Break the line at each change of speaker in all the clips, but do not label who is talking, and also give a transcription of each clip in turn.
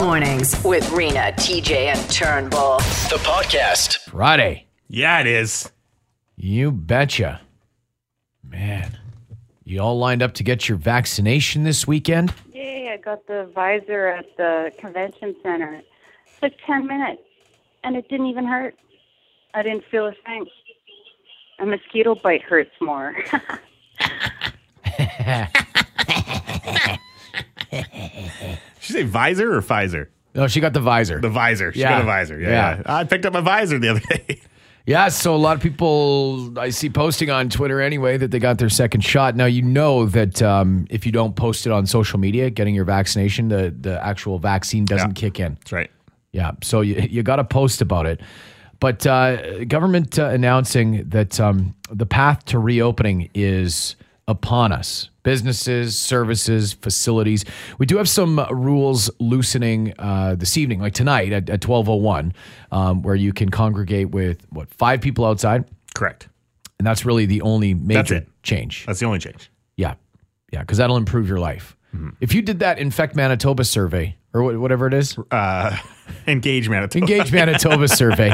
Mornings with Rena, TJ, and Turnbull.
The podcast.
Friday.
Yeah, it is.
You betcha. Man, you all lined up to get your vaccination this weekend?
Yay, I got the visor at the convention center. It took 10 minutes, and it didn't even hurt. I didn't feel a thing. A mosquito bite hurts more.
Did she say visor or Pfizer?
No, Oh, she got the visor.
The visor. She
Yeah.
got a visor. Yeah, yeah.
Yeah.
I picked up my visor the other day.
yeah, so a lot of people I see posting on Twitter anyway that they got their second shot. Now, you know that um, if you don't post it on social media, getting your vaccination, the, the actual vaccine doesn't
Yeah.
kick in.
That's right.
Yeah, so you, you got to post about it. But uh, government uh, announcing that um, the path to reopening is upon us. Businesses, services, facilities. We do have some uh, rules loosening uh, this evening, like tonight at, at 12.01, um, where you can congregate with, what, five people outside?
Correct.
And that's really the only major
it.
change.
That's the only change.
Yeah. Yeah, because that'll improve your life.
Mm-hmm.
If you did that Infect Manitoba survey or wha- whatever it is,
Engage Manitoba.
Engage Manitoba survey,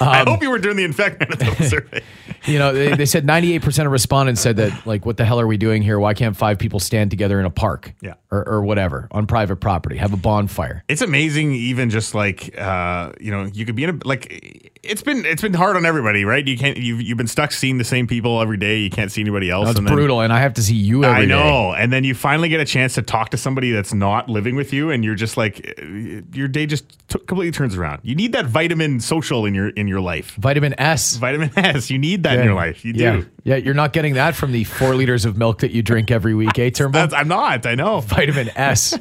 Um,
I hope you were doing the infect Manitoba survey.
You know, they, they said 98% of respondents said that, like, what the hell are we doing here? Why can't five people stand together in a park?
Yeah.
Or, or whatever on private property, have a bonfire.
It's amazing, even just like uh, you know, you could be in a like. It's been it's been hard on everybody, right? You can't you've you've been stuck seeing the same people every day. You can't see anybody else.
That's
and then-
brutal. And I have to see you every
I
day.
know. And then you finally get a chance to talk to somebody that's not living with you, and you're just like, uh, your day just t- completely turns around. You need that vitamin social in your in your life.
Vitamin S.
Vitamin S, you need that in your life. You
yeah.
do.
Yeah. You're not getting that from the four liters of milk that you drink every week, eh, Turnbull?
That's, I'm not. I know.
vitamin S.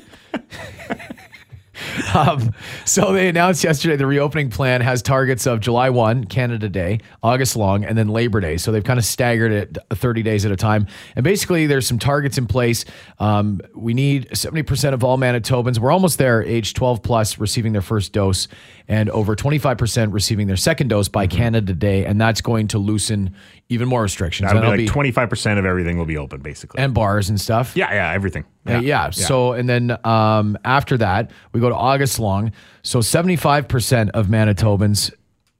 um, so they announced yesterday the reopening plan has targets of July 1, Canada Day, August long, and then Labor Day. So they've kind of staggered it 30 days at a time. And basically, there's some targets in place. Um, we need 70% of all Manitobans, we're almost there, age 12 plus, receiving their first dose, and over 25% receiving their second dose by
Mm-hmm.
Canada Day. And that's going to loosen even more restrictions.
That'll
That'll
be like 25% of everything will be open, basically.
and bars and stuff.
yeah, yeah, everything.
Yeah. yeah. So, and then um, after that, we go to August long. So, 75% of Manitobans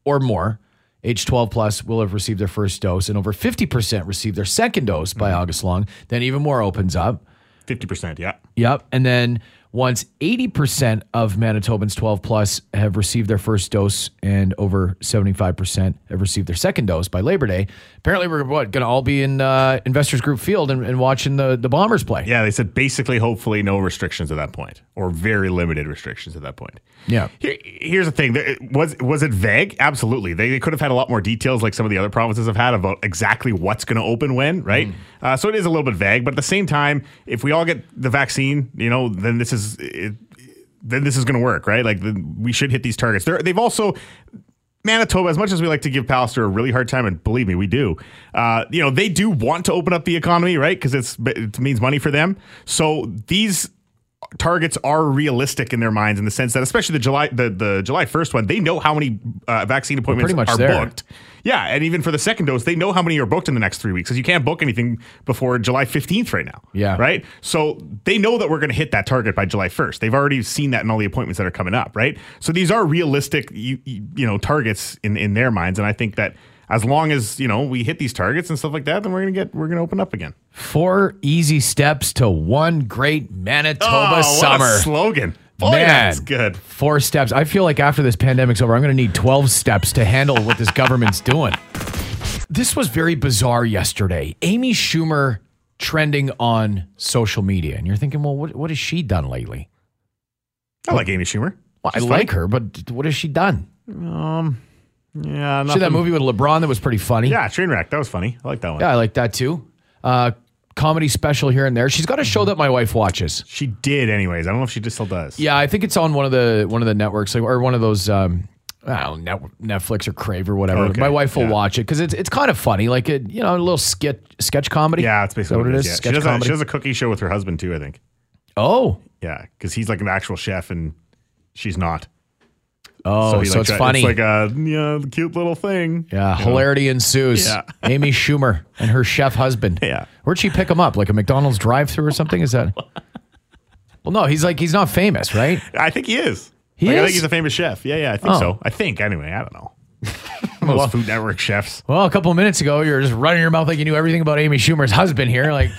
or more, age 12 plus, will have received their first dose, and over 50% receive their second dose by August long. Then, even more opens up.
50%. Yeah.
Yep. And then once 80% of Manitobans 12 plus have received their first dose and over 75% have received their second dose by Labor Day, apparently we're what, going to all be in uh, Investors Group Field and, and watching the, the Bombers play.
Yeah, they said basically, hopefully, no restrictions at that point, or very limited restrictions at that point.
Yeah.
Here, here's the thing: There- was was it vague? Absolutely. They, they could have had a lot more details, like some of the other provinces have had, about exactly what's going to open when, right? Uh, so it is a little bit vague, but at the same time, if we all get the vaccine, you know, then this is it, then this is going to work, right? Like the, we should hit these targets. They're, they've also Manitoba, as much as we like to give Pallister a really hard time, and believe me, we do. Uh, you know, they do want to open up the economy, right? Because it's it means money for them. So these targets are realistic in their minds, in the sense that, especially the July the, the July first one, they know how many uh, vaccine appointments
pretty much
are
there.
booked. Yeah, and even for the second dose, they know how many are booked in the next three weeks, because you can't book anything before July fifteenth right now.
Yeah.
right right? So they know that we're going to hit that target by July 1st. They've already seen that in all the appointments that are coming up, right? So these are realistic, you, you you know, targets in in their minds, and I think that as long as you know we hit these targets and stuff like that, then we're going to get we're going to open up again.
Four easy steps to one great
Oh,
Manitoba
what a
summer.
slogan. Boy,
Man.
that's good.
Four steps. I feel like after this pandemic's over, I'm going to need 12 steps to handle what this government's doing. This was very bizarre yesterday. Amy Schumer trending on social media. And you're thinking, well, what, what has she done lately?
I like Amy Schumer.
Well, I
She's
like her, but what has she done?
funny. Yeah,
She
nothing.
did that movie with LeBron that was pretty funny.
Yeah, train wreck. That was funny. I like that one.
Yeah, I like that too. Uh, comedy special here and there. She's got a show that my wife watches.
She did, anyways. I don't know if she just still does.
Yeah, I think it's on one of the one of the networks, like, or one of those. Um, I don't know, Net- Netflix or Crave or whatever.
Okay,
My wife will
yeah.
watch it because it's it's kind of funny, like it, you know, a little sketch sketch comedy.
Yeah, that's
Is
basically
that what it is.
Yeah. She,
Sketch
does a,
comedy.
she does a cookie show with her husband too, I think.
oh,
Yeah, because he's like an actual chef and she's not.
oh, so,
he, like,
it's
tri-
funny.
It's like a you know, cute little thing.
yeah,
You know?
uh, hilarity ensues.
Yeah.
Amy Schumer and her chef husband.
Yeah.
where'd she pick him up? Like a McDonald's drive-through or something? Is that? Well, no, he's like he's not famous, right?
I think he is.
He
Like, I
is?
think he's a famous chef. Yeah, yeah, I think
Oh.
so. I think anyway. I don't know. Most Food Network chefs.
Well, a couple of minutes ago, you were just running your mouth like you knew everything about Amy Schumer's husband here. Like,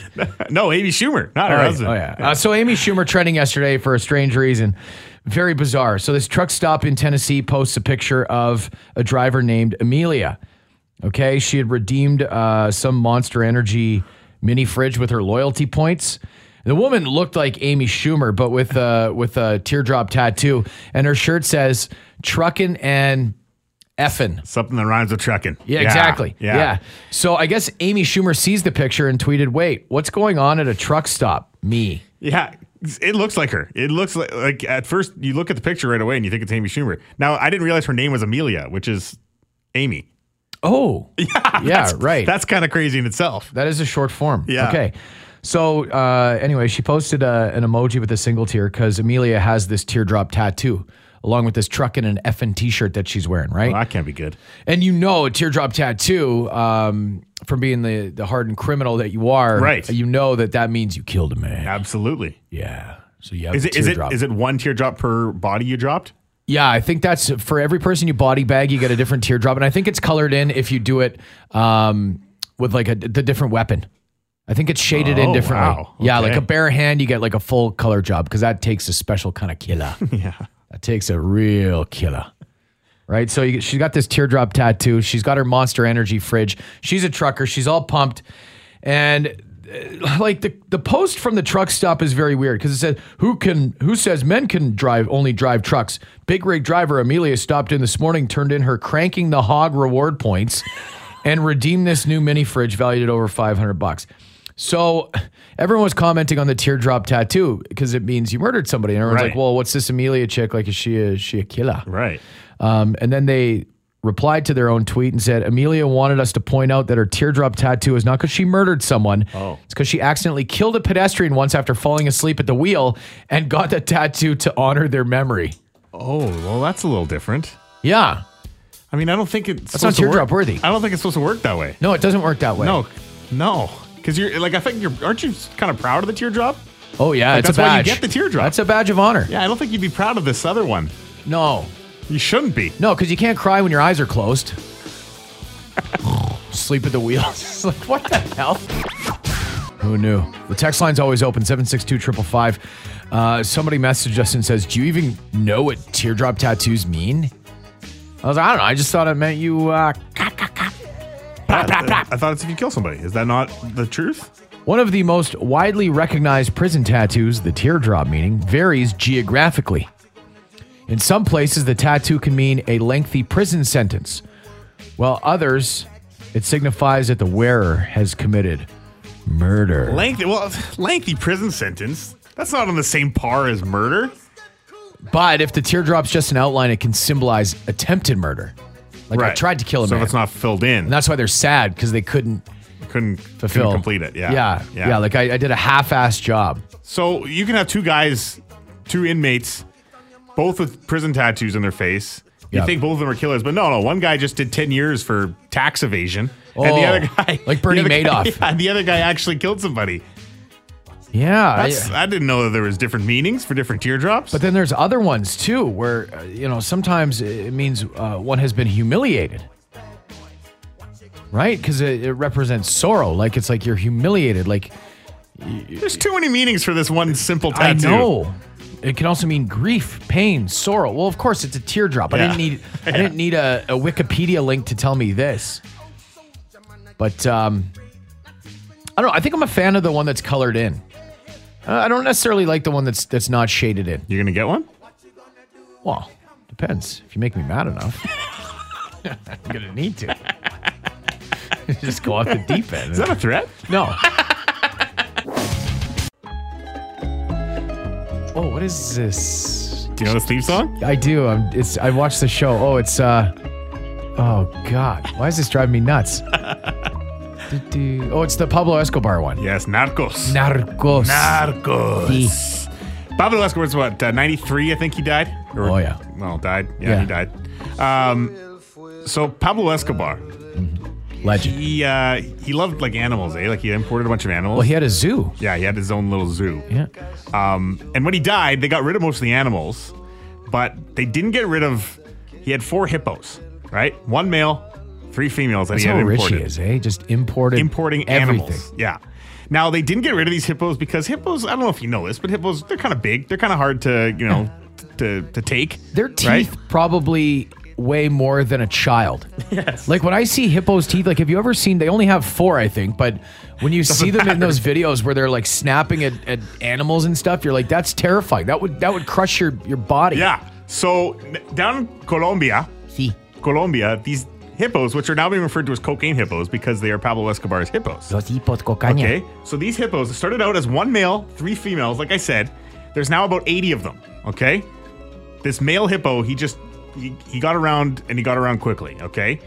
No, Amy Schumer, not her
All right.
husband.
Oh, yeah. Uh, so Amy Schumer trending yesterday for a strange reason. Very bizarre. So this truck stop in Tennessee posts a picture of a driver named Amelia. Okay. She had redeemed uh, some Monster Energy mini fridge with her loyalty points. The woman looked like Amy Schumer, but with uh, with a teardrop tattoo, and her shirt says "trucking and effing."
Something that rhymes with trucking.
Yeah, exactly. Yeah. So I guess Amy Schumer sees the picture and tweeted, "Wait, what's going on at a truck stop? Me."
Yeah, it looks like her. It looks like like at first you look at the picture right away and you think it's Amy Schumer. Now I didn't realize her name was Amelia, which is Amy.
Oh, yeah, yeah, right. That's
That's kind of crazy in itself.
that is a short form.
Yeah.
Okay. So uh, anyway, she posted uh, an emoji with a single tear because Amelia has this teardrop tattoo along with this truck and an effing t-shirt that she's wearing, right?
Well, that can't be good.
And you know, a teardrop tattoo um, from being the the hardened criminal that you are,
Right.
You know that that means you killed a man.
Absolutely.
Yeah. So you have
Is
a
it is it
teardrop.
is it one teardrop per body you dropped?
Yeah, I think that's for every person you body bag, you get a different teardrop, and I think it's colored in if you do it um, with like a the different weapon. I think it's shaded in
Oh,
differently.
wow.
Yeah,
Okay.
like a bare hand, you get like a full color job because that takes a special kind of killer. yeah, that takes a real killer. Right, so you, she's got this teardrop tattoo. She's got her Monster Energy fridge. She's a trucker. She's all pumped, and uh, like the the post from the truck stop is very weird because it said who can who says men can drive only drive trucks. Big rig driver Amelia stopped in this morning, turned in her cranking the hog reward points, and redeemed this new mini fridge valued at over five hundred bucks. So everyone was commenting on the teardrop tattoo because it means you murdered somebody, and everyone's
Right.
like, "Well, what's this Amelia chick like? Is she a, is she a killer?"
Right.
Um, and then they replied to their own tweet and said, Amelia wanted us to point out that her teardrop tattoo is not because she murdered someone.
Oh.
It's because she accidentally killed a pedestrian once after falling asleep at the wheel and got the tattoo to honor their memory.
Oh, well that's a little different.
Yeah.
I mean, I don't think it's
That's not
supposed to work-
teardrop worthy.
I don't think it's supposed to work that way.
No, it doesn't work that way.
No, no, because you're like I think you're aren't you kind of proud of the teardrop?
Oh, yeah.
Like,
it's
that's
a
why you
badge.
get the teardrop.
That's a badge of honor.
Yeah, I don't think you'd be proud of this other one.
No.
You shouldn't be.
No, because you can't cry when your eyes are closed. Sleep at the wheel. It's like, what the hell? Who knew? The text line's always open, 762 Uh Somebody messaged us and says, do you even know what teardrop tattoos mean? I was like, I don't know. I just thought it meant you. Uh, cock, cock, cock." Blah, blah, blah.
I thought it's if you kill somebody. Is that not the truth?
One of the most widely recognized prison tattoos, the teardrop meaning, varies geographically. In some places, the tattoo can mean a lengthy prison sentence, while others, it signifies that the wearer has committed murder.
Lengthy, well, lengthy prison sentence. That's not on the same par as murder.
But if the teardrop's just an outline, it can symbolize attempted murder. Like I tried to kill him.
So if it's not filled in,
and that's why they're sad because they couldn't
couldn't,
fulfill
couldn't complete it. Yeah.
yeah, yeah. like I, I did a half-assed job.
so you can have two guys, two inmates, both with prison tattoos on their face. You
Yeah.
think both of them are killers, but no, no. One guy just did ten years for tax evasion, and the
Oh,
other guy,
like Bernie
the other guy-
Madoff.
yeah, and the other guy actually killed somebody.
Yeah, I-
That's, I didn't know that there was different meanings for different teardrops.
But then there's other ones too, where uh, you know sometimes it means uh, one has been humiliated, right? Because it, it represents sorrow. Like it's like you're humiliated. Like
There's too many meanings for this one simple
I
tattoo.
know. It can also mean grief, pain, sorrow. Well, of course, it's a teardrop. I
Yeah.
didn't need. I didn't need a, a Wikipedia link to tell me this. But um, I don't. know. I think I'm a fan of the one that's colored in. Uh, I don't necessarily like the one that's that's not shaded in.
You're gonna get one?
Well, depends. If you make me mad enough, I'm gonna need to. Just go off the deep end.
Is that a threat?
no. oh, what is this?
Do you know the Steve song?
I do. I'm, it's. I watched the show. Oh, it's. uh Oh God, why is this driving me nuts? Do-do. oh, it's the Pablo Escobar one.
Yes, Narcos.
Narcos.
Narcos. Pablo Escobar's what? Uh, 93, I think he died. Or-
Oh, yeah.
Well, died. Yeah,
Yeah.
he died. Um, so Pablo Escobar,
Legend.
He uh, he loved like animals, eh? Like he imported a bunch of animals.
Well, he had a zoo.
yeah, he had his own little zoo.
Yeah.
Um, and when he died, they got rid of most of the animals, but they didn't get rid of. He had four hippos, right? One male, three females that
That's
he
how
had
rich
imported.
he is, eh? Just imported
Importing
everything.
animals. Yeah. Now they didn't get rid of these hippos because hippos. I don't know if you know this, but hippos they're kind of big. They're kind of hard to you know to to take.
Their teeth probably weigh more than a child. Yes. Like when I see hippos' teeth, like have you ever seen? They only have four, I think. But when you see them in those videos where they're like snapping at, at animals and stuff, you're like, that's terrifying. That would that would crush your your body.
Yeah. So n- down in Colombia,
See.
Colombia, these hippos, which are now being referred to as cocaine hippos because they are Pablo Escobar's hippos.
Los hippos cocaña.
Okay. So these hippos started out as one male, three females. Like I said, there's now about 80 of them. Okay. This male hippo, he just he, he got around and he got around quickly. Okay.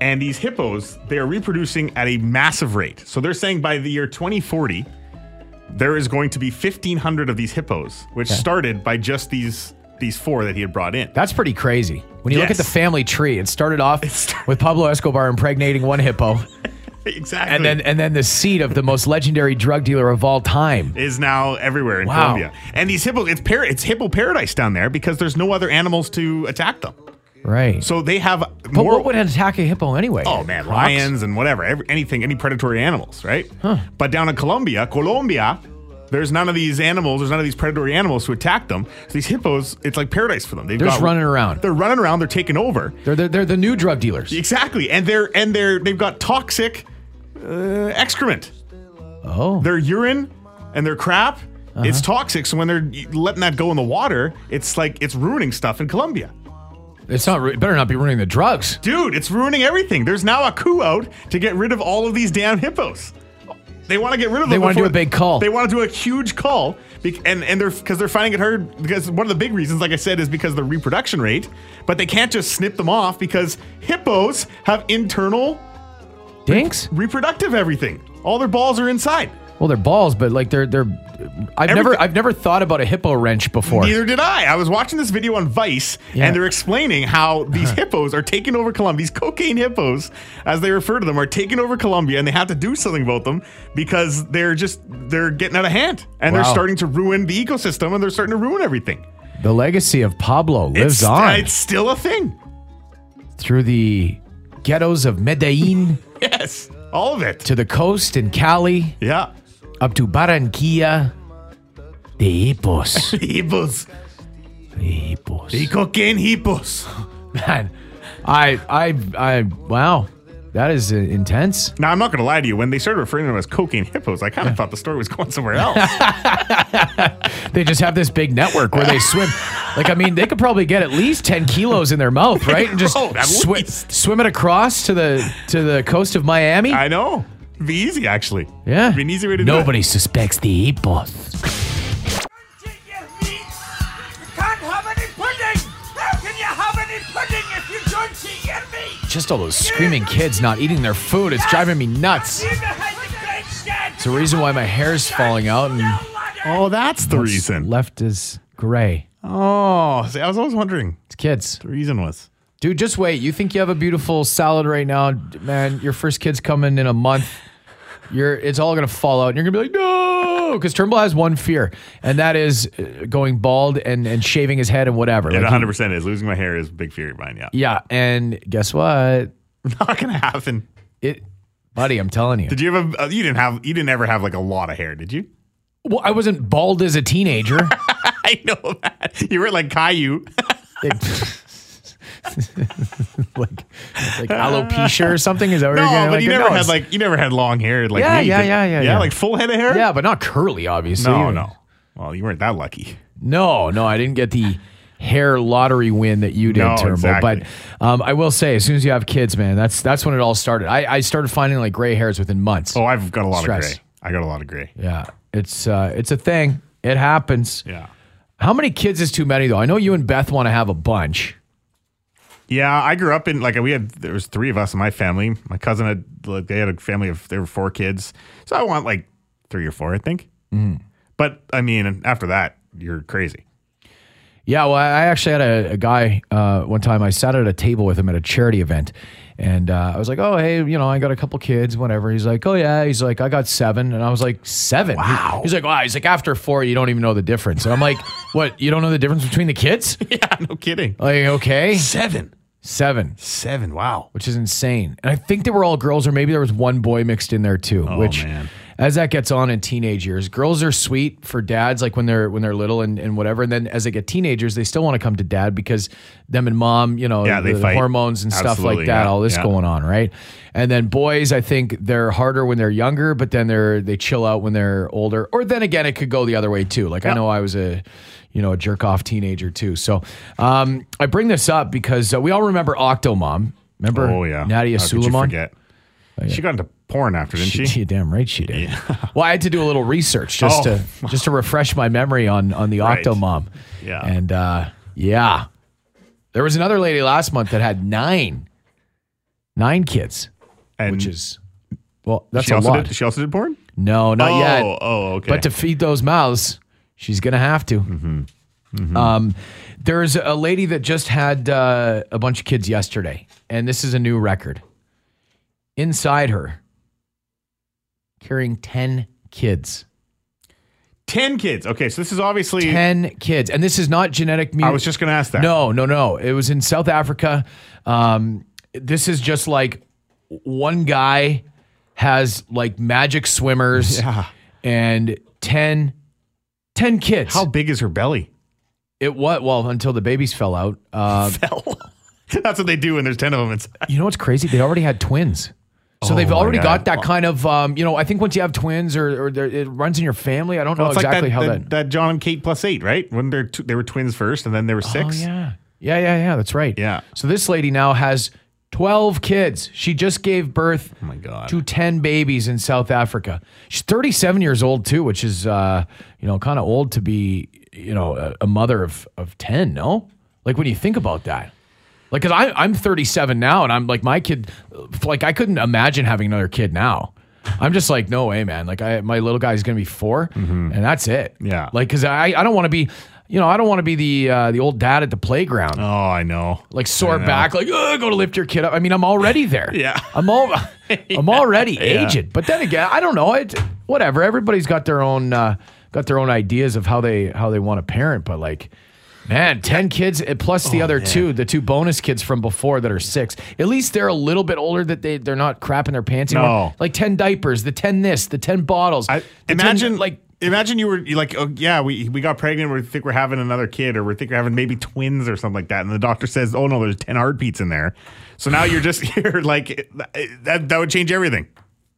And these hippos, they are reproducing at a massive rate. So they're saying by the year 2040, there is going to be 1,500 of these hippos, which started by just these these four that he had brought in.
That's pretty crazy. When you look at
Yes.
the family tree, it started off
started-
with Pablo Escobar impregnating one hippo,
exactly.
and then and then the seed of the most legendary drug dealer of all time.
is now everywhere in
Wow.
Colombia. And these hippos, it's, par- it's hippo paradise down there because there's no other animals to attack them.
Right.
So they have
but
more.
what would attack a hippo anyway?
oh man,
Crocs?
lions and whatever, every, anything, any predatory animals, right? But down in Colombia, Colombia, there's none of these animals. There's none of these predatory animals to attack them. So these hippos, it's like paradise for them. They've
They're just
got-
running around.
They're running around. They're taking over.
They're, they're, they're the new drug dealers.
Exactly, and they're and they're they've got toxic uh, excrement.
Oh.
their urine and their crap
Uh-huh.
it's toxic so when they're letting that go in the water it's like it's ruining stuff in colombia
It's not. It better not be running the drugs.
dude it's ruining everything there's now a coup out to get rid of all of these damn hippos they want to get rid of them.
They wanna do
before-
a big call.
They want to do a huge call, bec- and and they're because they're finding it hard. Because one of the big reasons, like I said, is because of the reproduction rate. But they can't just snip them off because hippos have internal
Dinks?
reproductive everything. All their balls are inside.
Well, they're balls, but like they're they're. I've never
Everything-
I've never thought about a hippo wrench before.
Neither did I. I was watching this video on Vice,
Yeah.
and they're explaining how these hippos are taking over Colombia. These cocaine hippos, as they refer to them, are taking over Colombia, and they have to do something about them because they're just they're getting out of hand, and
Wow.
they're starting to ruin the ecosystem, and they're starting to ruin everything.
The legacy of Pablo lives
it's,
on
It's still a thing.
through the ghettos of Medellin
Yes, all of it.
to the coast in Cali
Yeah,
up to Barranquilla. The hippos.
the hippos,
the hippos.
the cocaine hippos.
Man, I I I wow, that is uh, intense.
Now I'm not going to lie to you. When they started referring to them as cocaine hippos, I kind of thought the story was going somewhere else.
They just have this big network where they swim. Like, I mean, they could probably get at least ten kilos in their mouth, right? And just
Oh, at
swi-
least.
swim it across to the to the coast of Miami.
I know. It'd be easy actually.
yeah,
It'd be an easy way to do it.
nobody suspects the hippos.
Did you meat? You can't have any pudding! How can you have any pudding if you don't eat your meat?
Just all those screaming kids not eating their food. It's driving me nuts.
You behind the great shed! It's
the reason why my hair's falling out and-
Oh, that's the
What's
reason.
left is gray.
Oh, see, I was always wondering.
It's kids,
The reason was
dude. Just wait. You think you have a beautiful salad right now, D- man? Your first kid's coming in a month. You're, it's all gonna fall out, and you're gonna be like, no, because Turnbull has one fear, and that is uh, going bald and and shaving his head and whatever.
it
Like, he-
100 percent is losing my hair is a big fear of mine. Yeah,
Yeah, and guess what?
not gonna happen.
It, buddy, I'm telling you.
Did you have a? Uh, you didn't have. You didn't ever have like a lot of hair, did you?
well, I wasn't bald as a teenager.
I know that you were like Caillou.
like, like alopecia or something. Is that what you're
no,
gonna
but you
like,
never
no,
had
it's-
like you never had long hair. Like
Yeah,
me.
yeah,
Did-
yeah, yeah,
yeah,
yeah.
like full head of hair.
Yeah, but not curly, obviously.
No, no. Well, you weren't that lucky.
No, no, I didn't get the hair lottery win that you did,
No,
Turnbull.
exactly.
But um, I will say, as soon as you have kids, man, that's that's when it all started. I, I started finding like gray hairs within months.
Oh, I've got a lot
Stress.
of gray. I got a lot of gray.
Yeah, it's uh, it's a thing. It happens.
Yeah.
How many kids is too many though? I know you and Beth want to have a bunch.
Yeah, I grew up in like we had there was three of us in my family. My cousin had like they had a family of there were four kids, so I want like Mm-hmm. three or four, I think. But I mean, after that, you're crazy.
Yeah, well, I I actually had a, a guy uh, one time. I sat at a table with him at a charity event, and uh, I was like, "Oh, hey, you know, I got a couple kids, whatever." He's like, "Oh yeah," he's like, "I got seven. and I was like, seven? Wow." He's like, "Wow." He's like, "After four, you don't even know the difference." And I'm like, "What? You don't know the difference between the kids?"
Yeah, no kidding.
Like, okay,
Seven.
seven,
Seven. Wow.
which is insane. And I think they were all girls, or maybe there was one boy mixed in there too. which,
Oh, man.
as that gets on in teenage years, girls are sweet for dads, like when they're when they're little and, and whatever. And then as they get teenagers, they still want to come to dad because them and mom, you know,
Yeah, they
the
fight.
hormones and stuff like
Absolutely,
that,
yeah,
all this
yeah.
going on, right? And then boys, I think they're harder when they're younger, but then they're they chill out when they're older. Or then again, it could go the other way too. Like I
Yeah.
know I was a you know a jerk off teenager too. So um, I bring this up because uh, we all remember Octomom. Remember
Oh yeah.
Nadia
How could you
Suleiman? Oh,
forget? She got into porn after, didn't she?
She, damn right she did. well, I had to do a little research just
Oh.
to just to refresh my memory on on the
Right.
Octomom.
Yeah.
and uh, yeah, there was another lady last month that had nine nine kids,
and
which is well, that's
she
a
also
lot.
did. She also did porn.
no, not
oh,
yet.
oh, okay.
But to feed those mouths, she's gonna have to.
Mm-hmm.
Um, there's a lady that just had uh, a bunch of kids yesterday, and this is a new record. Inside her, carrying ten kids,
ten kids. Okay, so this is obviously.
ten kids, and this is not genetic. Mut-
I was just going to ask that.
No, no, no. It was in South Africa. Um, this is just like one guy has like magic swimmers
Yeah.
and 10, 10 kids.
How big is her belly?
It what? Well, until the babies fell out. Uh,
Fell. That's what they do when there's ten of them. It's
you know what's crazy? They already had twins. So
Oh
they've
my
already got
God.
that kind of, um, you know, I think once you have twins or, or there- it runs in your family. I don't know
Well, it's
Oh, exactly
like that,
how
that,
that.
that John and Kate plus eight, right? When they're two, they were twins first, and then they were
Oh,
six.
yeah. Yeah, yeah, yeah. That's right.
Yeah.
So this lady now has 12 kids. She just gave birth
Oh my god.
to 10 babies in South Africa. She's 37 years old, too, which is, uh, you know, kind of old to be, you know, a, a mother of, of 10, no? Like, when you think about that. Like, because I'm 37 now, and I'm like, my kid, like, I couldn't imagine having another kid now. I'm just like, no way, man. Like, I, my little guy's going to be 4 and that's it.
Yeah.
Like, because I, I don't want to be, you know, I don't want to be the uh, the old dad at the playground
Oh, I know.
like sore
I know.
back, like oh, go to lift your kid up. I mean, I'm already there.
Yeah.
I'm all, I'm already aged. But then again, I don't know. It whatever. Everybody's got their own uh, got their own ideas of how they how they want to parent. But like, man, ten kids eh, plus
Oh,
the other two, the two bonus kids from before that are six. At least they're a little bit older that they they're not crapping their pants anymore.
No.
Like ten diapers, the ten this, the ten bottles.
I,
the 10
imagine
like
like imagine you were you like oh yeah we we got pregnant we think we're having another kid or we think we're having maybe twins or something like that and the doctor says oh no there's ten heartbeats in there so now you're just you're like that that would change everything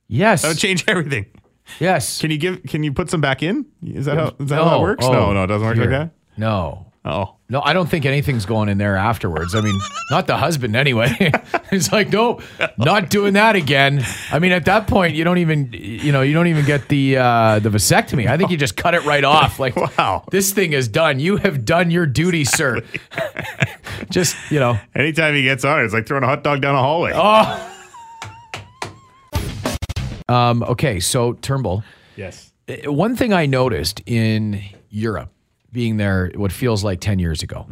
yes,
that would change everything
yes.
Oh, can you give can you put some back in is that how is that how
No.
that works
Oh,
no no it doesn't work
here.
like that
No.
oh
No, I don't think anything's going in there afterwards. I mean, not the husband anyway. He's like, nope, not doing that again. I mean, at that point, you don't even, you know, you don't even get the uh, the vasectomy. I think you just cut it right off. Like,
Wow.
this thing is done. You have done your duty, sir. just you know,
anytime he gets on it it's like throwing a hot dog down a hallway
Oh. um, okay. So Turnbull,
yes
Uh, one thing I noticed in Europe, being there what feels like 10 years ago,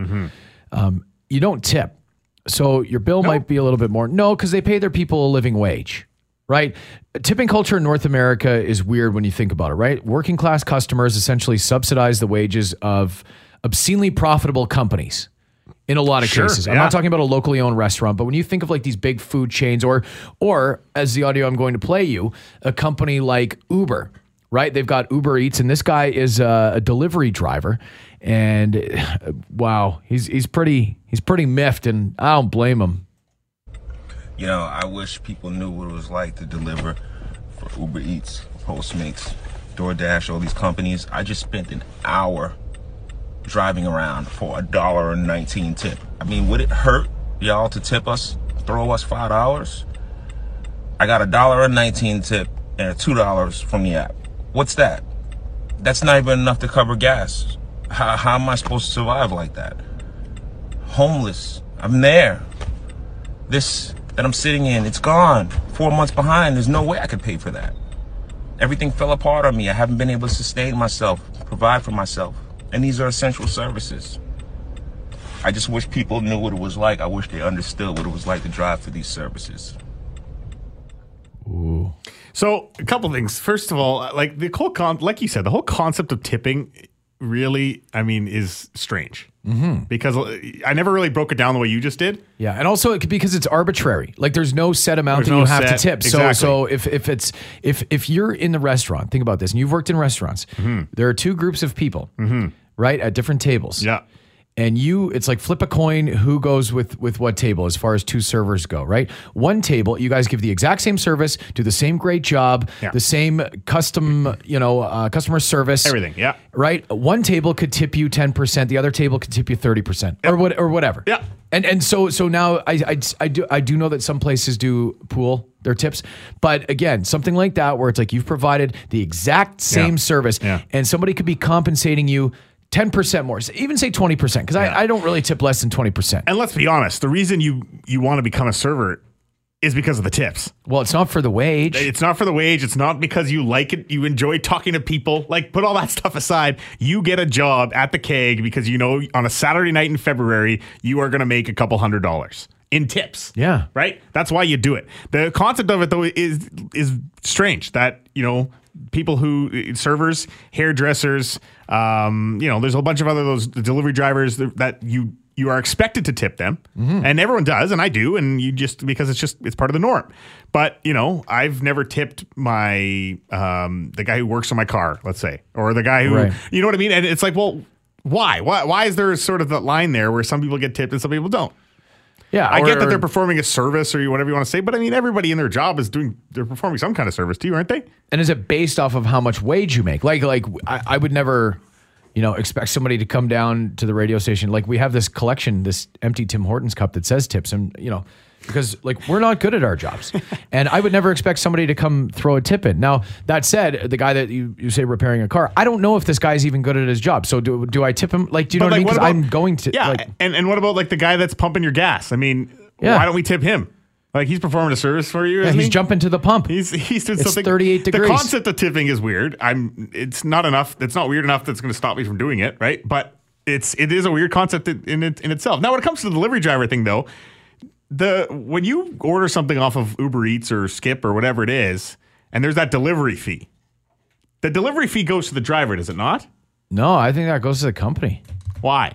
um, you don't tip. So your bill might be a little bit more. No, because they pay their people a living wage, right? Tipping culture in North America is weird when you think about it, right? Working class customers essentially subsidize the wages of obscenely profitable companies. In a lot of
Sure,
cases, I'm
yeah.
not talking about a locally owned restaurant, but when you think of like these big food chains, or or as the audio I'm going to play you, a company like Uber, right? They've got Uber Eats, and this guy is a, a delivery driver, and uh, wow, he's he's pretty he's pretty miffed, and I don't blame him.
You know, I wish people knew what it was like to deliver for Uber Eats, Postmates, DoorDash, all these companies. I just spent an hour driving around for a dollar and nineteen tip. I mean, would it hurt y'all to tip us, throw us five dollars? I got a dollar and nineteen tip and two dollars from the app. What's that? That's not even enough to cover gas. How, how am I supposed to survive like that? Homeless. I'm there this that I'm sitting in, it's gone. Four months behind, there's no way I could pay for that. Everything fell apart on me. I haven't been able to sustain myself, provide for myself. And these are essential services. I just wish people knew what it was like. I wish they understood what it was like to drive to these services.
So a couple things. First of all, like the whole con, like you said, the whole concept of tipping really, I mean, is strange mm-hmm. because uh, I never really broke it down the way you just did.
Yeah, and also it could- because it's arbitrary. Like there's no set amount
There's
that
no
you have
set-
to tip. So
exactly.
so if if it's if if you're in the restaurant, think about this, and you've worked in restaurants.
Mm-hmm.
There are two groups of people, right, at different tables.
Yeah.
And you, it's like flip a coin who goes with with what table as far as two servers go, right? One table, you guys give the exact same service, do the same great job,
Yeah.
the same custom, you know, uh, customer service,
Everything. Yeah.
right? One table could tip you ten percent, the other table could tip you thirty percent, or what, or whatever.
Yeah.
And and so so now I, I I do I do know that some places do pool their tips, but again, something like that where it's like you've provided the exact same
Yeah.
service,
Yeah.
and somebody could be compensating you. 10% more, So even say 20%, because I, I don't really tip less than 20%.
And let's be honest, the reason you you want to become a server is because of the tips.
well, it's not for the wage.
It's not for the wage. It's not because you like it. You enjoy talking to people. Like, put all that stuff aside. You get a job at the keg because you know on a Saturday night in February, you are going to make a couple hundred dollars in tips.
Yeah.
Right? That's why you do it. The concept of it, though, is is strange that, you know, people who eh, servers, hairdressers, um, you know, there's a bunch of other those delivery drivers that you you are expected to tip them and everyone does and i do and you just because it's just it's part of the norm but you know i've never tipped my um the guy who works on my car let's say or the guy who
Right.
you know what i mean and it's like well why why why is there sort of that line there where some people get tipped and some people don't
yeah.
i get
or-
that they're performing a service or whatever you want to say but i mean everybody in their job is doing they're performing some kind of service to you aren't they
and is it based off of how much wage you make? Like, like I, I would never, you know, expect somebody to come down to the radio station. Like we have this collection, this empty Tim Hortons cup that says tips, and you know, because like we're not good at our jobs, and I would never expect somebody to come throw a tip in. Now that said, the guy that you, you say repairing a car, I don't know if this guy's even good at his job. So do do I tip him? Like, do you know what I mean? Because I'm going to
yeah
like,
and, and what about like the guy that's pumping your gas i mean
Yeah.
why don't we tip him like he's performing a service for you
yeah,
isn't
he's
he?
jumping to the pump.
He's he's doing
It's
something.
38
The
degrees.
concept of tipping is weird. I'm. It's not enough. It's not weird enough that's going to stop me from doing it, right? But it's it is a weird concept in in, it, in itself. Now, when it comes to the delivery driver thing, though, the when you order something off of Uber Eats or Skip or whatever it is, and there's that delivery fee. The delivery fee goes to the driver, does it not?
no, I think that goes to the company.
Why?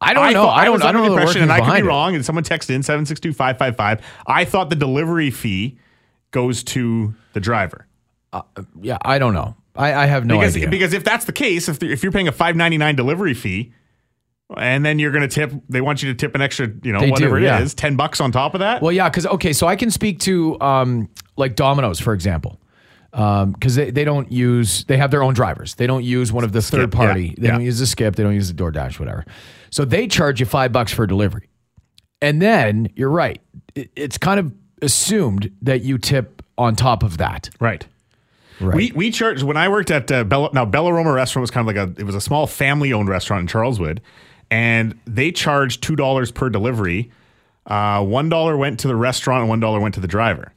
I don't know.
thought-
I don't.
was
I,
under
don't
the
know the
impression,
workings
and I could
behind
be
it.
wrong. And someone texted in seven six two five five five. I thought the delivery fee goes to the driver.
Yeah, I don't know. I, I have no
because,
idea.
because if that's the case, if, the, if you're paying a five ninety nine delivery fee, and then you're going to tip, they want you to tip an extra, you know,
They do,
whatever it is,
yeah.
ten bucks on top of that.
Well, yeah, because okay, so I can speak to um, like Domino's, for example, because they, they don't use they have their own drivers. They don't use one of the third
yeah,
party. They
yeah.
don't use the Skip. They don't use the DoorDash, whatever. So they charge you five bucks for delivery, and then you're right. It, it's kind of assumed that you tip on top of that.
right.
Right.
We we charged when I worked at uh, Bella, now Bella Roma restaurant was kind of like a it was a small family owned restaurant in Charleswood, and they charged two dollars per delivery. Uh, one dollar went to the restaurant, and one dollar went to the driver.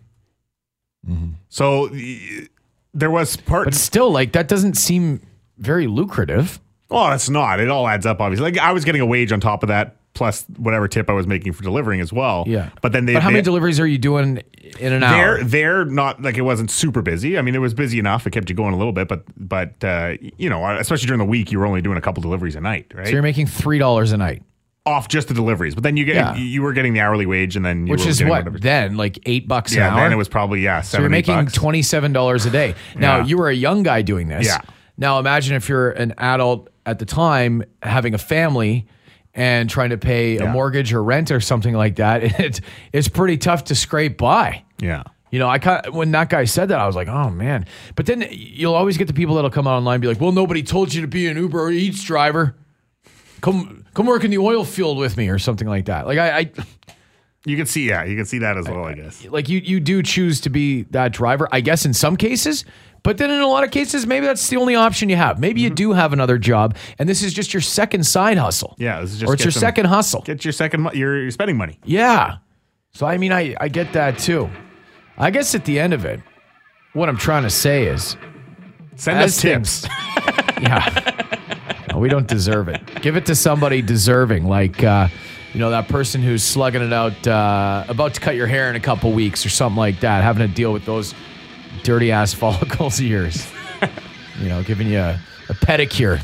So y- there was
Mm-hmm. but
parts.
still, like that doesn't seem very lucrative.
Well, it's not. It all adds up, obviously. Like I was getting a wage on top of that, plus whatever tip I was making for delivering as well. But then they.
but how
they-
many deliveries are you doing in an hour?
They're they're not like it wasn't super busy. I mean, it was busy enough. It kept you going a little bit, but but uh, you know, especially during the week, you were only doing a couple deliveries a night, right?
So you're making three dollars a night.
Off just the deliveries, but then you get
Yeah.
you were getting the hourly wage, and then you
which
were
is
getting
what
whatever-
then like eight bucks
yeah,
an hour.
then it was probably yeah.
so you're
70
making
bucks.
twenty seven dollars a day. Now
Yeah.
you were a young guy doing this.
Yeah.
Now imagine if you're an adult at the time having a family and trying to pay
Yeah.
a mortgage or rent or something like that. It's it's pretty tough to scrape by.
Yeah,
You know, I kind when that guy said that, I was like, oh man. But then you'll always get the people that'll come out online and be like, well, nobody told you to be an Uber or Eats driver. Come come work in the oil field with me or something like that. Like I, I
you can see yeah, you can see that as well. I guess
like you you do choose to be that driver i guess in some cases but then in a lot of cases maybe that's the only option you have maybe
Mm-hmm.
you do have another job and this is just your second side hustle
yeah. This is just
or it's
get
your
some-
second hustle
Get your second mo- your, your spending money.
yeah so i mean i i get that too i guess at the end of it what i'm trying to say is
Send
as
us tips.
things- yeah no, Uh, we don't deserve it. Give it to somebody deserving, like uh, you know that person who's slugging it out, uh, about to cut your hair in a couple weeks or something like that, having to deal with those dirty ass follicles of yours. you know, giving you a, a pedicure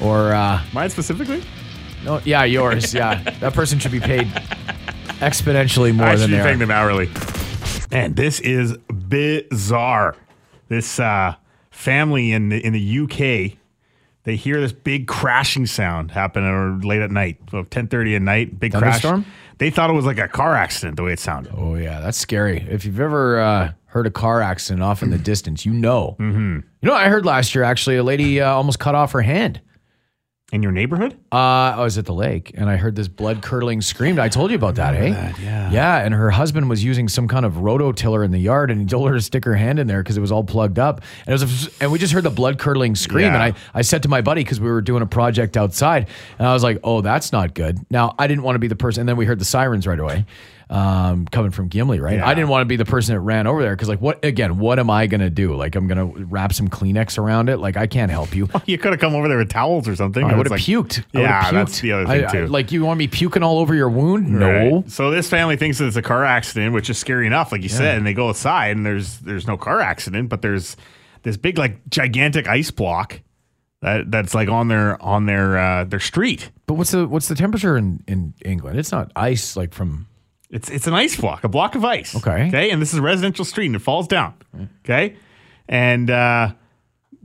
or uh,
Mine specifically?
no, yeah, yours, yeah. That person should be paid exponentially more
I
than
should be
they
paying
are.
them hourly. Man, this is bizarre. This uh, family in the, in the UK, they hear this big crashing sound happen or late at night, about 10.30 at night, big crash.
Thunderstorm?
They thought it was like a car accident, the way it sounded.
Oh yeah, that's scary. If you've ever uh, heard a car accident off in the distance, you know. Mm-hmm. You know, what I heard last year actually, a lady uh, almost cut off her hand.
In your neighborhood?
Uh, I was at the lake and I heard this blood curdling scream. I told you about that, eh? yeah. Yeah, and her husband was using some kind of rototiller in the yard, and he told her to stick her hand in there because it was all plugged up. And it was, and we just heard the blood curdling scream.
Yeah.
And I, I said to my buddy because we were doing a project outside, and I was like, "Oh, that's not good." Now I didn't want to be the person, and then we heard the sirens right away, um, coming from Gimli, right?
Yeah.
I didn't want to be the person that ran over there because, like, what again? What am I gonna do? Like, I'm gonna wrap some Kleenex around it. Like, I can't help you.
You could have come over there with towels or something.
Oh, I
It
would have
was like-
puked. I
Yeah,
would've
that's
puked.
the other
I-
thing,
I-
too.
like you want me puking all over your wound? No.
Right. So this family thinks that it's a car accident, which is scary enough, like you said. And they go outside, and there's there's no car accident, but there's this big like gigantic ice block that that's like on their on their uh, their street.
But what's the what's the temperature in in England? It's not ice like from
It's it's an ice block, a block of ice.
Okay. Mm.
Okay. And this is a residential street, and it falls down. Okay. And uh,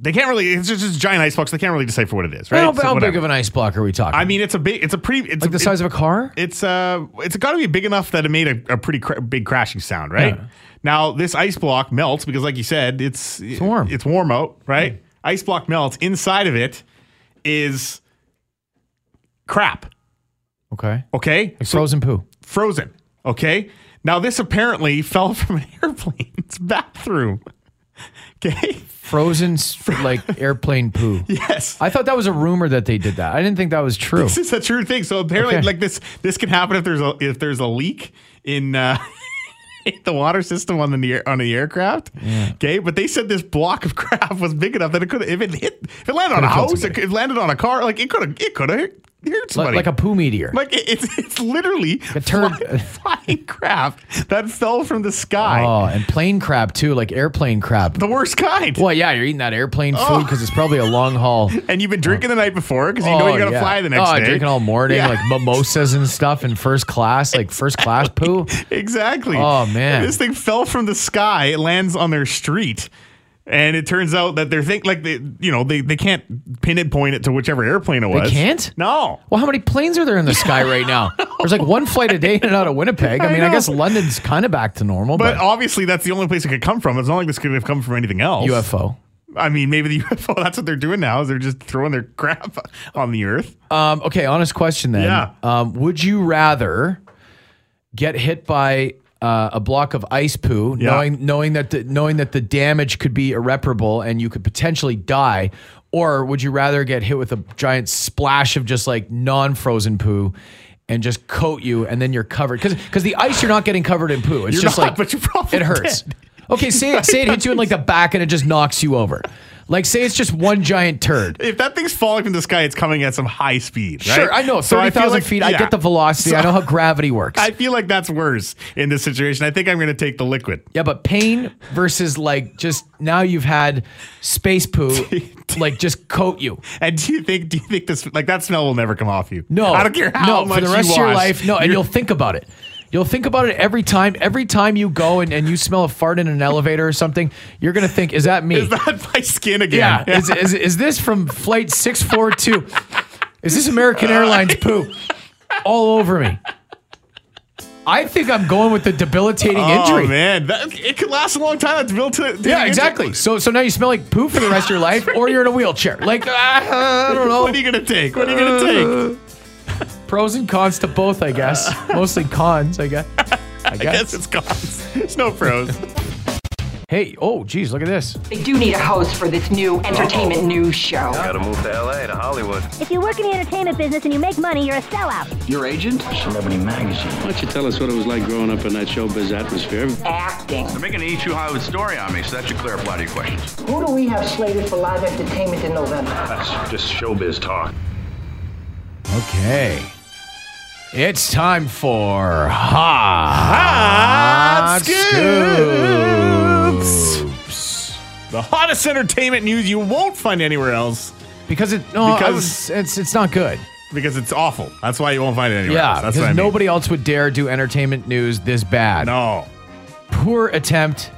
they can't really. It's just, just giant ice blocks. They can't really decipher what it is, right?
how,
So
how big
whatever.
of an ice block are we talking?
I mean, it's a big. It's a pretty. It's
like the
it's-
size of a car?
it's uh it's got to be big enough that it made a, a pretty cr- big crashing sound, right?
Yeah.
Now this ice block melts because, like you said, it's it's
warm.
It's warm out, right? Ice block melts. Inside of it is crap.
Okay.
Okay,
Like frozen poo.
frozen. Okay. Now this apparently fell from an airplane's bathroom. Okay.
Frozen s- like airplane poo.
Yes.
I thought that was a rumor that they did that. I didn't think that was true.
This is a true thing. So apparently,
Okay.
like this, this can happen if there's a if there's a leak in uh, in the water system on the near, on the aircraft. Okay, but they said this block of crap was big enough that it could if it hit if it landed on a
Could've killed
house, it,
somebody.
could- it landed on a car, like it could have it could have hurt, hurt
Like,
somebody.
like a poo meteor.
Like it, it's it's literally
A turd.
fly- flying craft that fell from the sky.
oh, and plane crap too, like airplane crap.
The Oh. worst kind.
well, yeah, you're eating that airplane food 'cause food because it's probably a long haul.
And you've been drinking the night before because you
Oh,
know you got to
yeah.
fly the next
oh,
day.
Drinking all morning,
Yeah.
like mimosas and stuff in first class, like first class poo.
Exactly.
Oh, man.
This thing fell from the sky. It lands on their street. And it turns out that they're think like they you know, they, they can't pin it point it to whichever airplane it was.
can't?
No.
Well, how many planes are there in the sky right now? There's like one flight a day in and out of Winnipeg. I
I
mean, I,
know.
guess London's kind of back to normal,
But
but,
obviously that's the only place it could come from. It's not like this could have come from anything else.
UFO.
I mean, maybe the UFO that's what they're doing now, is they're just throwing their crap on the earth.
Um, okay, honest question then.
Yeah.
Um, would you rather get hit by uh, a block of ice poo,
Yeah.
knowing knowing that the, knowing that the damage could be irreparable and you could potentially die, or would you rather get hit with a giant splash of just like non frozen poo? And just coat you, and then you're covered. Because the ice, you're not getting covered in poo. It's
You're
just
not,
like
but you're probably
it hurts.
dead.
Okay, say it, say it hits you in like the back, and it just knocks you over. Like say it's just one giant turd.
If that thing's falling from the sky, it's coming at some high speed, right?
Sure, I know.
So I
Thirty
feel
thousand
like-
feet. I
yeah.
get the velocity. I know how gravity works.
I feel like that's worse in this situation. I think I'm gonna take the liquid.
yeah, but pain versus like just now you've had space poo, like just coat you.
And do you think do you think this like that smell will never come off you?
No,
I don't care how
no, for
much
the
you
rest of your
wash.
life. No, and
You're-
you'll think about it. You'll think about it every time. Every time you go and, and you smell a fart in an elevator or something, you're gonna think, "Is that me?
is that my skin again?
yeah, Is, is is this from flight six four two? Is this
Uh,
American Airlines poo all over me?" I think I'm going with the debilitating
oh
injury.
man, that, it could last a long time. That's built to
Yeah, exactly. So so now you smell like poo for the rest of your life, or you're in a wheelchair. Like I don't
What
know.
are you gonna take? What are you
Uh,
gonna take?
Pros and cons to both, I guess. Mostly cons, I guess. I
I guess it's cons. It's no pros.
Hey, oh, geez, look at this.
They do need a host for this new entertainment news show.
Gotta move to LA, to Hollywood.
If you work in the entertainment business and you make money, you're a sellout.
Your agent?
Celebrity magazine.
Why don't you tell us what it was like growing up in that showbiz atmosphere?
Acting.
They're making an E2 Hollywood story on me, so that should clear up a lot of your questions.
Who do we have slated for live entertainment in November?
That's just showbiz talk.
Okay. It's time for Hot,
Hot
Scoops.
The hottest entertainment news you won't find anywhere else
Because it no,
Because-
I was- it's it's not good.
because it's awful. That's why you won't find it anywhere
Yeah,
else. That's
because
what I mean.
nobody else would dare do entertainment news this bad.
No.
Poor attempt.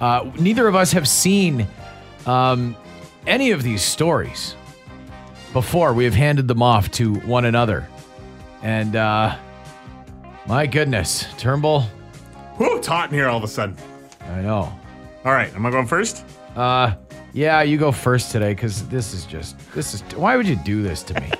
Uh, neither of us have seen um, any of these stories before. We have handed them off to one another, and uh, my goodness, Turnbull,
Whew, it's hot in here all of a sudden.
I know.
All right, am I going first?
Uh, yeah, you go first today because this is just this is why would you do this to me,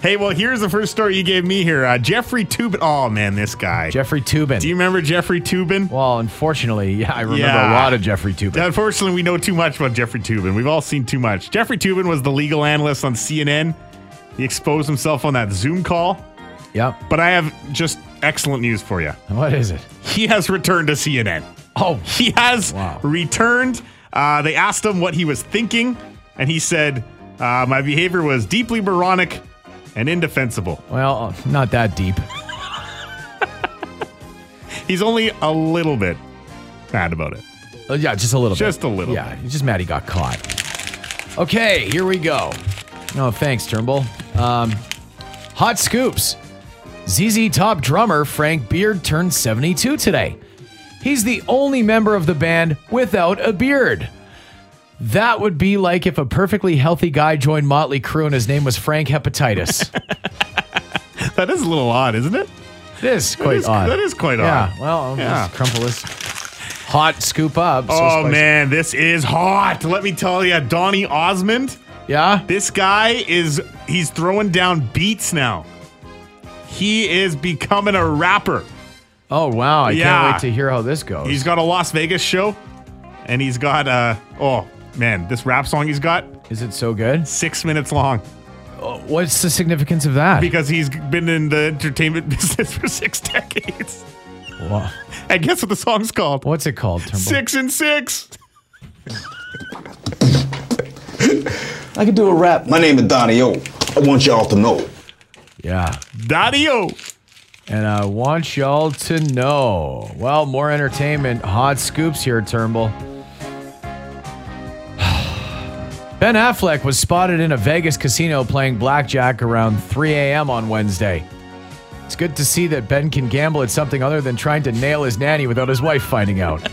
Hey, well, here's the first story you gave me here. Uh, Jeffrey Tubin. Oh, man, this guy.
Jeffrey Tubin?
Do you remember Jeffrey Tubin?
well, unfortunately, yeah, I remember a
Yeah.
lot of Jeffrey Tubin.
Unfortunately, we know too much about Jeffrey Tubin. We've all seen too much. Jeffrey Tubin was the legal analyst on CNN. He exposed himself on that Zoom call.
yep.
But I have just excellent news for you.
What is it?
He has returned to CNN.
Oh,
He has
Wow.
returned. Uh, they asked him what he was thinking, and he said, uh, My behavior was deeply moronic and indefensible.
well, not that deep.
He's only a little bit mad about it.
Uh, yeah, just a little
Just
bit.
a little
Yeah, just mad he got caught. Okay, here we go. No, thanks, Turnbull. Um, hot scoops. ZZ Top drummer Frank Beard turned 72 today. He's the only member of the band without a beard. That would be like if a perfectly healthy guy joined Motley Crue and his name was Frank Hepatitis.
That is a little odd, isn't it?
this is quite
is-
odd.
that is quite
yeah,
odd.
Well, I'll
Yeah.
just crumple this hot scoop up. So
oh,
spicy.
man, this is hot. Let me tell you, Donnie Osmond,
Yeah.
this guy is, he's throwing down beats now. He is becoming a rapper.
Oh wow! I
Yeah.
can't wait to hear how this goes.
He's got a Las Vegas show, and he's got uh oh man, this rap song he's got
Is it so good?
six minutes long
What's the significance of that?
because he's been in the entertainment business for six decades.
Wha-
And guess what the song's called?
What's it called? Turnbull?
Six and six.
I can do a rap. My name is Donnie O. I want y'all to know.
Yeah.
Daddy-o.
And I want y'all to know. Well, more entertainment, hot scoops here, Turnbull. Ben Affleck was spotted in a Vegas casino playing blackjack around 3 a.m. on Wednesday. It's good to see that Ben can gamble at something other than trying to nail his nanny without his wife finding out.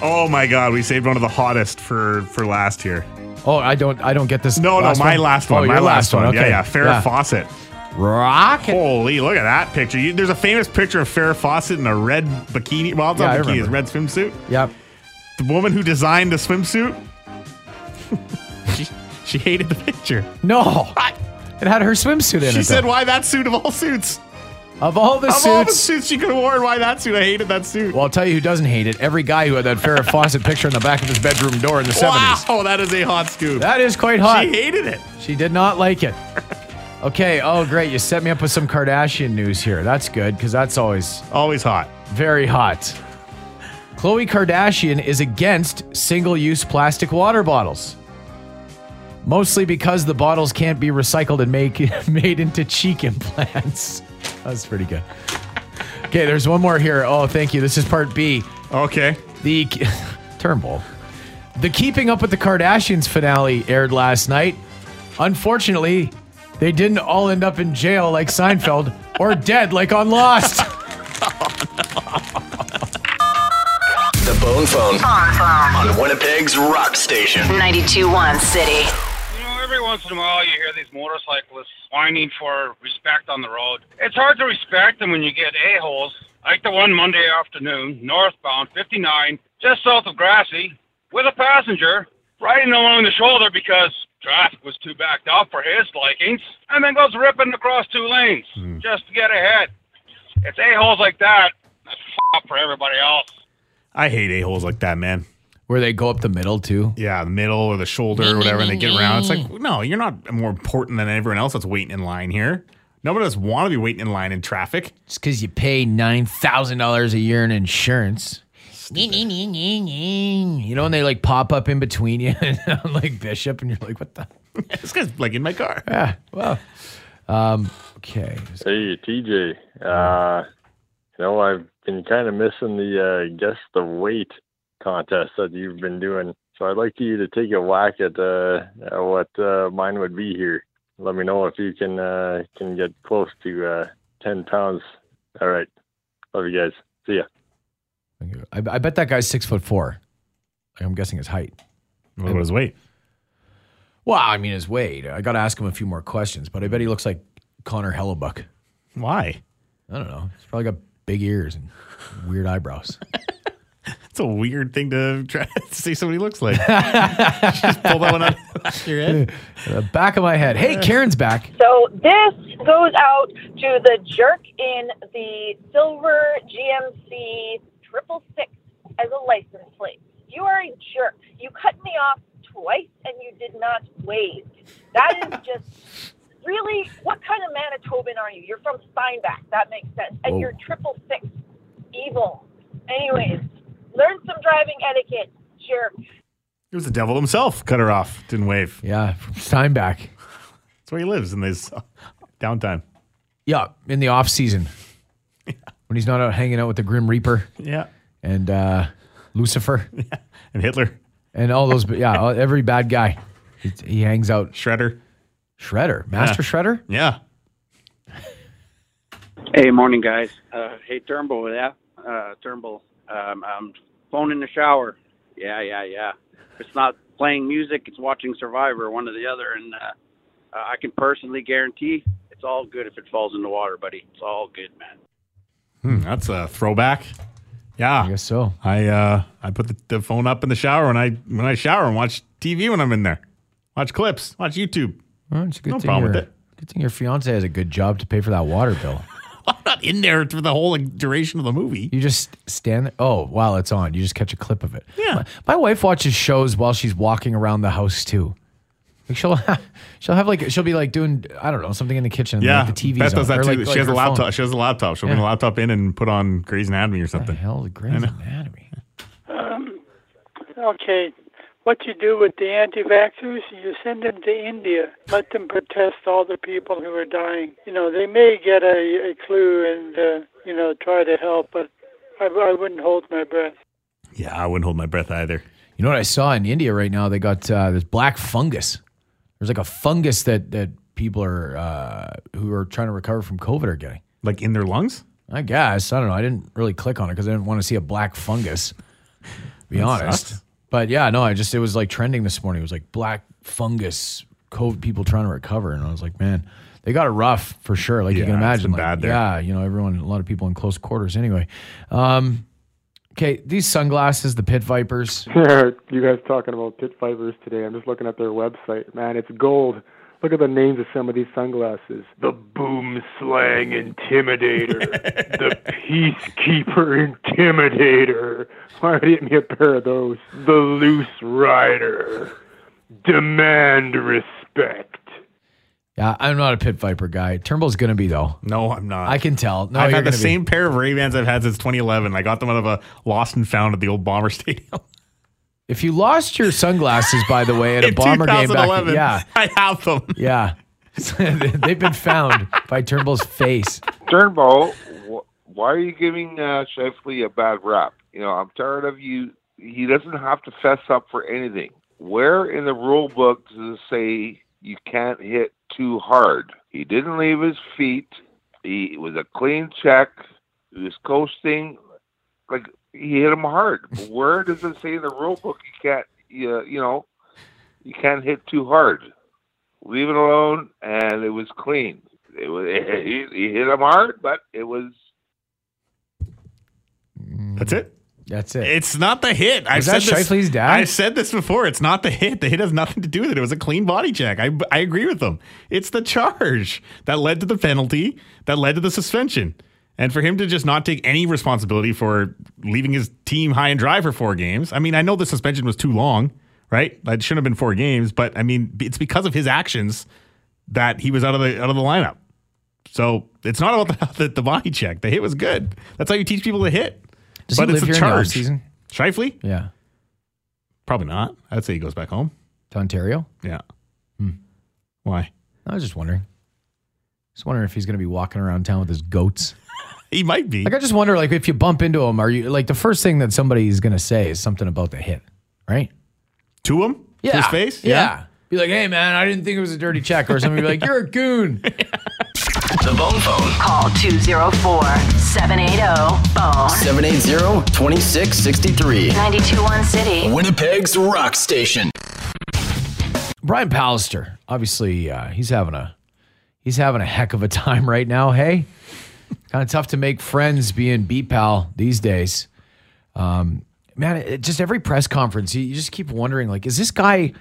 Oh my god, we saved one of the hottest for for last here.
Oh, I don't, I don't get this.
No, no, my last one.
Oh,
my
your
last, one. Yeah,
Okay.
yeah. Farrah Fawcett.
Rocket.
Holy, look at that picture. You, there's a famous picture of Farrah Fawcett in a red bikini. Well, it's
Yeah,
not
I
bikini, it's
remember.
red swimsuit.
Yep.
the woman who designed the swimsuit, she, she hated the picture.
No. It had her swimsuit in it.
She said,
though.
"Why that suit of all suits?
of all the
Of
suits.
all the suits she could have worn, why that suit? I hated that suit."
well, I'll tell you who doesn't hate it. Every guy who had that Farrah Fawcett picture in the back of his bedroom door in the 70s.
Wow, that is a hot scoop.
That is quite hot.
she hated it.
She did not like it. Okay. Oh, great. You set me up with some Kardashian news here. That's good because that's always
Always hot.
very hot. Khloe Kardashian is against single use plastic water bottles. Mostly because the bottles can't be recycled and make made into cheek implants. That's pretty good. Okay, there's one more here. Oh, thank you. This is part B.
Okay.
The Turnbull. The Keeping Up with the Kardashians finale aired last night. Unfortunately, they didn't all end up in jail like Seinfeld or dead like on Lost.
The Bone Phone. On Winnipeg's Rock Station.
92.1 City.
You know, every once in a while you hear these motorcyclists whining for respect on the road. It's hard to respect them when you get a-holes like the one Monday afternoon, northbound 59, just south of Grassy, with a passenger riding along the shoulder because traffic was too backed up for his likings, and then
Hmm.
goes ripping across two lanes just to get ahead. It's a-holes like that that up for everybody else.
I hate a holes like that, man.
Where they go up the middle too?
Yeah, the middle or the shoulder or whatever, and they get around. It's like, no, you're not more important than everyone else that's waiting in line here. Nobody does want to be waiting in line in traffic.
Just because you pay nine thousand dollars a year in insurance. You know, and they like pop up in between you, and I'm like Bishop, and you're like, what the?
this guy's like in my car.
Yeah. Well. Um, okay.
Hey, TJ. Uh, you know, I've been kind of missing the uh, guess the weight contest that you've been doing. So I'd like you to take a whack at, uh, at what uh, mine would be here. Let me know if you can uh, can get close to uh, ten pounds. All right. Love you guys. See ya.
I, I bet that guy's six foot four. Like, I'm guessing his height.
What about his weight?
Well, I mean his weight. I got to ask him a few more questions, but I bet he looks like Connor Hellebuck.
Why?
I don't know. He's probably got big ears and weird eyebrows.
It's a weird thing to try to see somebody looks like. Just pull that one out of your head.
Uh, back of my head. Hey, Karen's back.
So this goes out to the jerk in the silver GMC triple six as a license plate. You are a jerk. You cut me off twice and you did not wave. That is just really what kind of Manitoban are you? You're from Steinbach. That makes sense. And
Whoa.
you're triple six evil. Anyways, learn some driving etiquette, jerk.
It was the devil himself. Cut her off. Didn't wave.
Yeah, from Steinbach.
That's where he lives in this uh, downtime.
Yeah, in the off season when he's not out hanging out with the Grim Reaper.
Yeah.
and uh, Lucifer.
And Hitler.
And all those. Yeah, all- every bad guy. He, he hangs out.
Shredder.
Shredder. Master
Yeah.
Shredder.
Yeah.
Hey, morning, guys. Uh, hey, Turnbull, yeah, uh, Turnbull. Um, I'm phone in the shower. Yeah, yeah, yeah. It's not playing music; it's watching Survivor, one or the other. And uh, uh, I can personally guarantee it's all good if it falls in the water, buddy. It's all good, man.
Hmm, that's a throwback. Yeah. I
guess so.
I uh, I put the, the phone up in the shower and I when I shower and watch TV when I'm in there. Watch clips. Watch YouTube.
Well, it's a good
No
thing
problem with
your- Good thing your fiance has a good job to pay for that water bill.
I'm not in there for the whole like, duration of the movie.
You just stand there. Oh, while it's on, you just catch a clip of it.
Yeah.
My, my wife watches shows while she's walking around the house too. Like she'll she'll have like she'll be like doing I don't know something in the kitchen.
Yeah,
like the TV's
Beth does
on,
that
or,
too.
like-
she
like
has a
her
laptop.
phone.
She has a laptop. She'll bring
Yeah.
the laptop in and put on Grey's Anatomy or something.
hell, Grey's Anatomy.
Um, okay. What you do with the anti vaxxers, you send them to India. Let them protest all the people who are dying. You know, they may get a, a clue and, uh, you know, try to help, but I, I wouldn't hold my breath.
Yeah, I wouldn't hold my breath either.
You know what I saw in India right now? They got uh, this black fungus. There's like a fungus that that people are uh, who are trying to recover from COVID are getting.
Like in their lungs?
I guess I don't know. I didn't really click on it because I didn't want to see a black fungus. to be
That
honest.
sucks.
But yeah, no, I just it was like trending this morning. It was like black fungus COVID people trying to recover, and I was like, man, they got it rough for sure. Like you
Yeah,
can
it's
imagine,
been
like,
bad there.
yeah, you know, everyone, a lot of people in close quarters anyway. Um, okay, these sunglasses, the pit vipers.
you guys talking about pit fibers today. I'm just looking at their website. Man, it's gold. Look at the names of some of these sunglasses. The boom slang intimidator. the peacekeeper intimidator. Why didn't you get me a pair of those? The loose rider. Demand respect.
Yeah, I'm not a pit viper guy. Turnbull's gonna be though.
No, I'm not.
I can tell. No,
I've
you're
had the
gonna be.
same pair of Ray Bans I've had since 2011. I got them out of a lost and found at the old Bomber Stadium.
If you lost your sunglasses, by the way, at a
In
bomber game back,
2011,
yeah,
I have them.
yeah, they've been found by Turnbull's face.
Turnbull, wh- why are you giving uh, Shifley a bad rap? You know, I'm tired of you. He doesn't have to fess up for anything. Where in the rule book does it say you can't hit too hard? He didn't leave his feet. He it was a clean check. He was coasting. Like he hit him hard. Where does it say in the rule book you can't? You, you know, you can't hit too hard. Leave it alone, and it was clean. It was he, he hit him hard, but it was
That's it.
That's it.
It's not the hit. I've
Was that
said this-
Shifley's dad?
I've said this before. It's not the hit. The hit has nothing to do with it. It was a clean body check. I, I agree with them. It's the charge that led to the penalty that led to the suspension. And for him to just not take any responsibility for leaving his team high and dry for four games. I mean, I know the suspension was too long, right? It shouldn't have been four games, but I mean, it's because of his actions that he was out of the out of the lineup. So it's not about the, the, the body check. The hit was good. That's how you teach people to hit.
Does he live
a
here in the offseason?
Shifley?
Yeah.
Probably not. I'd say he goes back home.
To Ontario?
Yeah. Hmm. Why?
I was just wondering. Just wondering if he's going to be walking around town with his goats.
he might be.
Like I just wonder, like if you bump into him, are you like the first thing that somebody's going to say is something about the hit, right?
To him?
Yeah.
To his face?
Yeah. Be like, hey man, I didn't think it was a dirty check, or somebody be like, you're a goon.
The Bone Phone.
Call 204 780 Bone.
780-2663.
921 City.
Winnipeg's Rock Station.
Brian Pallister, obviously, uh, he's having a he's having a heck of a time right now. Hey, kind of tough to make friends being B pal these days. Um, man, it, it- just every press conference, you, you just keep wondering, like, is this guy?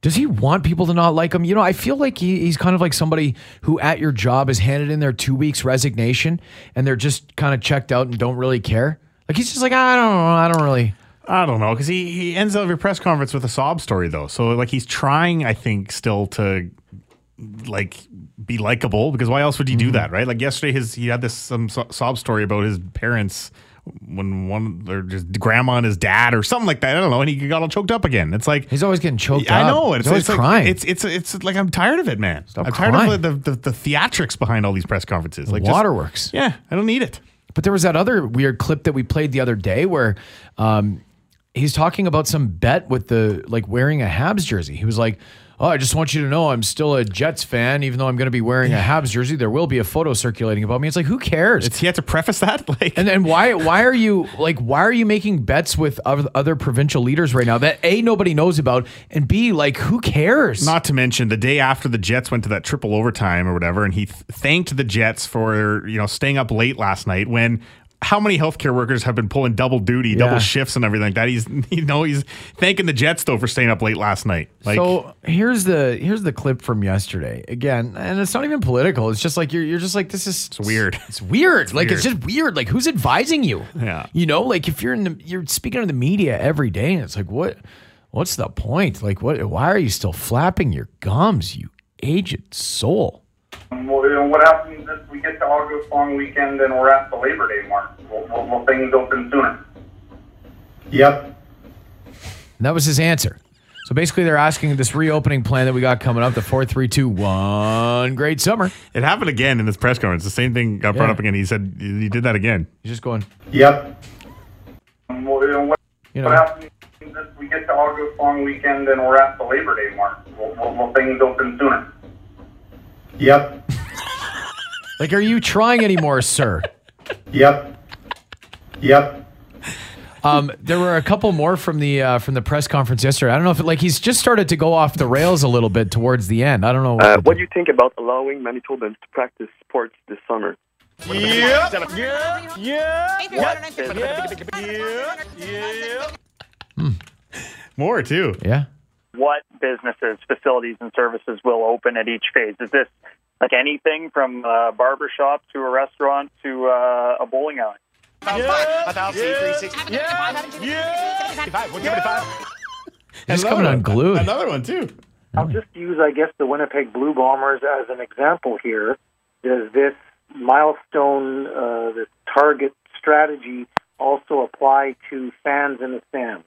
Does he want people to not like him? You know, I feel like he, he's kind of like somebody who at your job has handed in their two weeks resignation and they're just kind of checked out and don't really care. Like he's just like, I don't know, I don't really.
I don't know because he, he ends every press conference with a sob story though. So like he's trying, I think, still to like be likable because why else would he
Mm-hmm.
do that, right? Like yesterday, his he had this some so- sob story about his parents when one or just grandma and his dad or something like that. I don't know, and he got all choked up again. It's like
he's always getting choked
I
up.
know.
He's
It's,
always
it's like-
crying.
It's, it's it's like I'm tired of it, man. I'm tired
crying.
of the, the, the, theatrics behind all these press conferences. Like just-
Waterworks.
yeah, I don't need it.
But there was that other weird clip that we played the other day where um, he's talking about some bet with the like wearing a Habs jersey. He was like, "Oh, I just want you to know I'm still a Jets fan, even though I'm going to be wearing a Habs jersey. There will be a photo circulating about me." It's like, who cares?
he had to preface that, like,
and then why why are you like why are you making bets with oth- other provincial leaders right now that a nobody knows about and b like who cares?
Not to mention the day after the Jets went to that triple overtime or whatever, and he th- thanked the Jets for you know staying up late last night when. How many healthcare workers have been pulling double duty,
Yeah.
double shifts, and everything like that? He's, you know, he's thanking the Jets though for staying up late last night. Like,
so here's the here's the clip from yesterday again, and it's not even political. It's just like you're you're just like this is it's
weird.
It's weird. like it's
weird.
just weird. Like who's advising you?
Yeah.
You know, like if you're in the you're speaking to the media every day, and it's like what what's the point? Like what? Why are you still flapping your gums, you aged soul?
Well, you know, what happens if we get to August long weekend and we're at the Labor Day mark? Will, will, will things open sooner?
Yep. And that was his answer. So basically, they're asking this reopening plan that we got coming up, the four three two one great summer.
It happened again in this press conference. The same thing got brought
Yeah.
up again. He said he did that again.
He's just going.
Yep. Well, you know, what,
You
what
know.
happens if we get to August long weekend and we're at the Labor Day mark? Will, will, will things open sooner?
Yep. like, are you trying anymore, sir? Yep. Yep. Um, there were a couple more from the uh, from the press conference yesterday. I don't know if it, like he's just started to go off the rails a little bit towards the end. I don't know.
Uh, what do you think about allowing Manitobans to practice sports this summer?
Yep. Yep. Yep.
More too.
Yeah.
what businesses, facilities, and services will open at each phase? Is this like anything from a barber shop to a restaurant to uh, a bowling alley?
He's coming unglued.
Another one too.
I'll just use, I guess, the Winnipeg Blue Bombers as an example here. Does this milestone, uh, this target strategy, also apply to fans in the stands?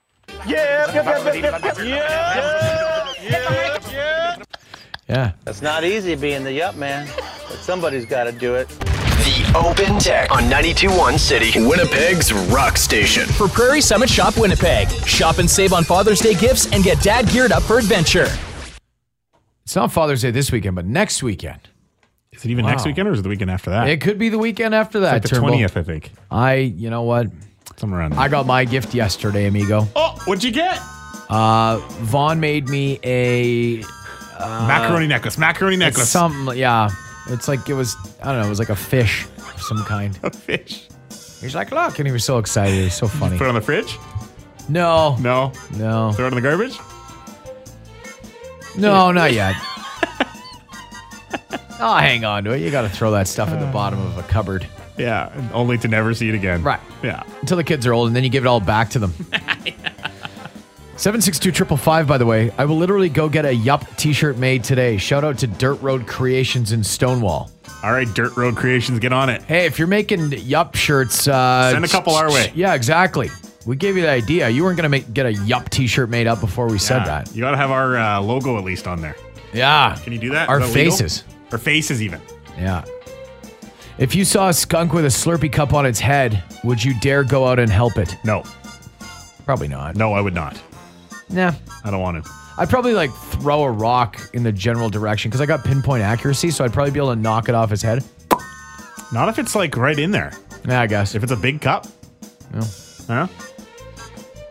Yeah.
It's not easy being the yup man, but somebody's got to do it.
The Open Tech on 921 City. Winnipeg's Rock Station.
For Prairie Summit Shop Winnipeg, shop and save on Father's Day gifts and get dad geared up for adventure.
It's not Father's Day this weekend, but next weekend.
Is it even next weekend or is it the weekend after that?
It could be the weekend after
It's
that.
like the
Turnbull.
20th, I think.
I, you know what?
Somewhere around.
I got my gift yesterday, amigo.
Oh, what'd you get?
Uh, Vaughn made me a uh,
Macaroni necklace, macaroni
it's
necklace.
Something, yeah. It's like it was. I don't know. It was like a fish of some kind.
A fish.
He's like, look, and he was so excited. It was so funny.
Put it on the fridge?
No.
No.
No.
Throw it in the garbage?
No, not yet. oh, hang on to it. You got to throw that stuff at the bottom of a cupboard.
Yeah, and only to never see it again.
Right.
Yeah.
Until the kids are old, and then you give it all back to them. 762 555, by the way. I will literally go get a Yup t shirt made today. Shout out to Dirt Road Creations in Stonewall.
All right, Dirt Road Creations, get on it.
Hey, if you're making Yup shirts, uh,
Send a couple our way.
Yeah, exactly. We gave you the idea. You weren't going to make get a Yup t shirt made up before we said
Yeah.
that.
You got to have our uh, logo at least on there.
Yeah.
Can you do that?
Our
Is that legal?
faces.
Our faces, even.
Yeah. If you saw a skunk with a Slurpee cup on its head, would you dare go out and help it?
No.
Probably not.
No, I would not.
Nah.
I don't want to.
I'd probably like throw a rock in the general direction because I got pinpoint accuracy, so I'd probably be able to knock it off his head.
Not if it's like right in there.
Yeah, I guess.
If it's a big cup.
Yeah.
Huh?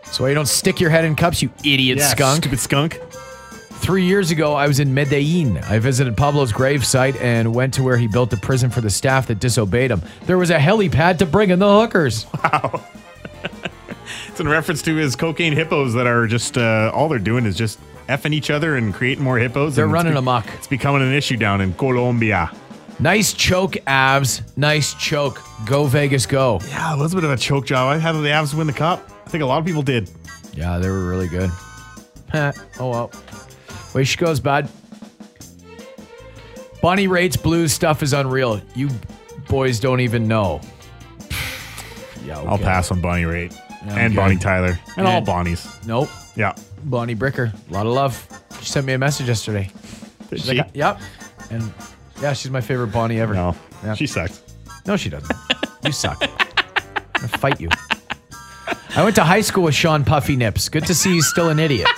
So you don't stick your head in cups, you idiot
Yeah,
skunk.
Stupid skunk.
Three years ago, I was in Medellin. I visited Pablo's gravesite and went to where he built the prison for the staff that disobeyed him. There was a helipad to bring in the hookers.
It's in reference to his cocaine hippos that are just uh, all they're doing is just effing each other and creating more hippos.
They're
and it's
running
be-
amok.
It's becoming an issue down in Colombia.
Nice choke, abs. Nice choke. Go Vegas, go.
Yeah, it was a bit of a choke job. How did the Avs win the cup? I think a lot of people did.
Yeah, they were really good. Heh, oh well. Way she goes, bud. Bonnie Raitt's blues stuff is unreal. You boys don't even know. Yeah,
I'll
okay.
pass on Bonnie Raitt
Yeah,
and
okay.
Bonnie Tyler and all
And-
Bonnies.
Nope.
Yeah.
Bonnie Bricker. A lot of love. She sent me a message yesterday.
Did
She's
she?
like, uh, yep. And yeah, she's my favorite Bonnie ever.
No.
Yeah.
She sucks.
No, she doesn't. you suck. I'm gonna fight you. I went to high school with Sean Puffy Nips. Good to see he's still an idiot.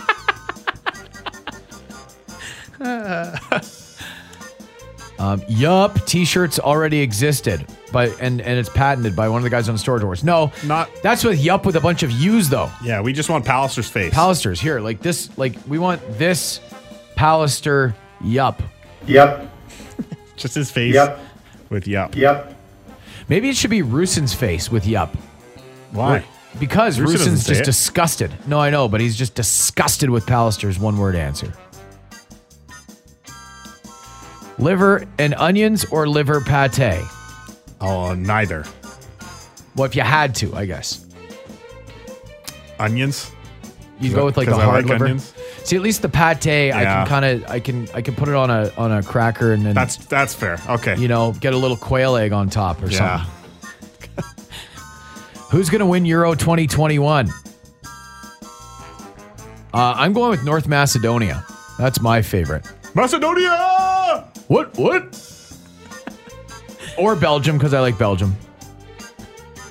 Um, yup, t-shirts already existed, but and and it's patented by one of the guys on Storage Wars. No, not that's with yup with a bunch of U's though.
Yeah, we just want Pallister's face.
Pallister's here, like this, like we want this Pallister yup.
Yep. just his face. Yep. With yup.
Yep. Maybe it should be Rusin's face with yup.
Why?
Because
Rusin doesn't
Rusin's
say
just
it.
disgusted. No, I know, but he's just disgusted with Pallister's one-word answer. Liver and onions or liver pate?
Oh, neither.
Well, if you had to, I guess.
Onions.
You
Is
go
that-
with like the
'cause I
hard
like
liver.
onions?
See, at least the pate, I
Yeah.
can kind of, I can, I can put it on a on a cracker and then
That's that's fair. Okay.
you know get a little quail egg on top or
Yeah.
something. Who's gonna win Euro 2021? Uh, I'm going with North Macedonia. That's my favorite.
Macedonia.
What? What? or Belgium because I like Belgium.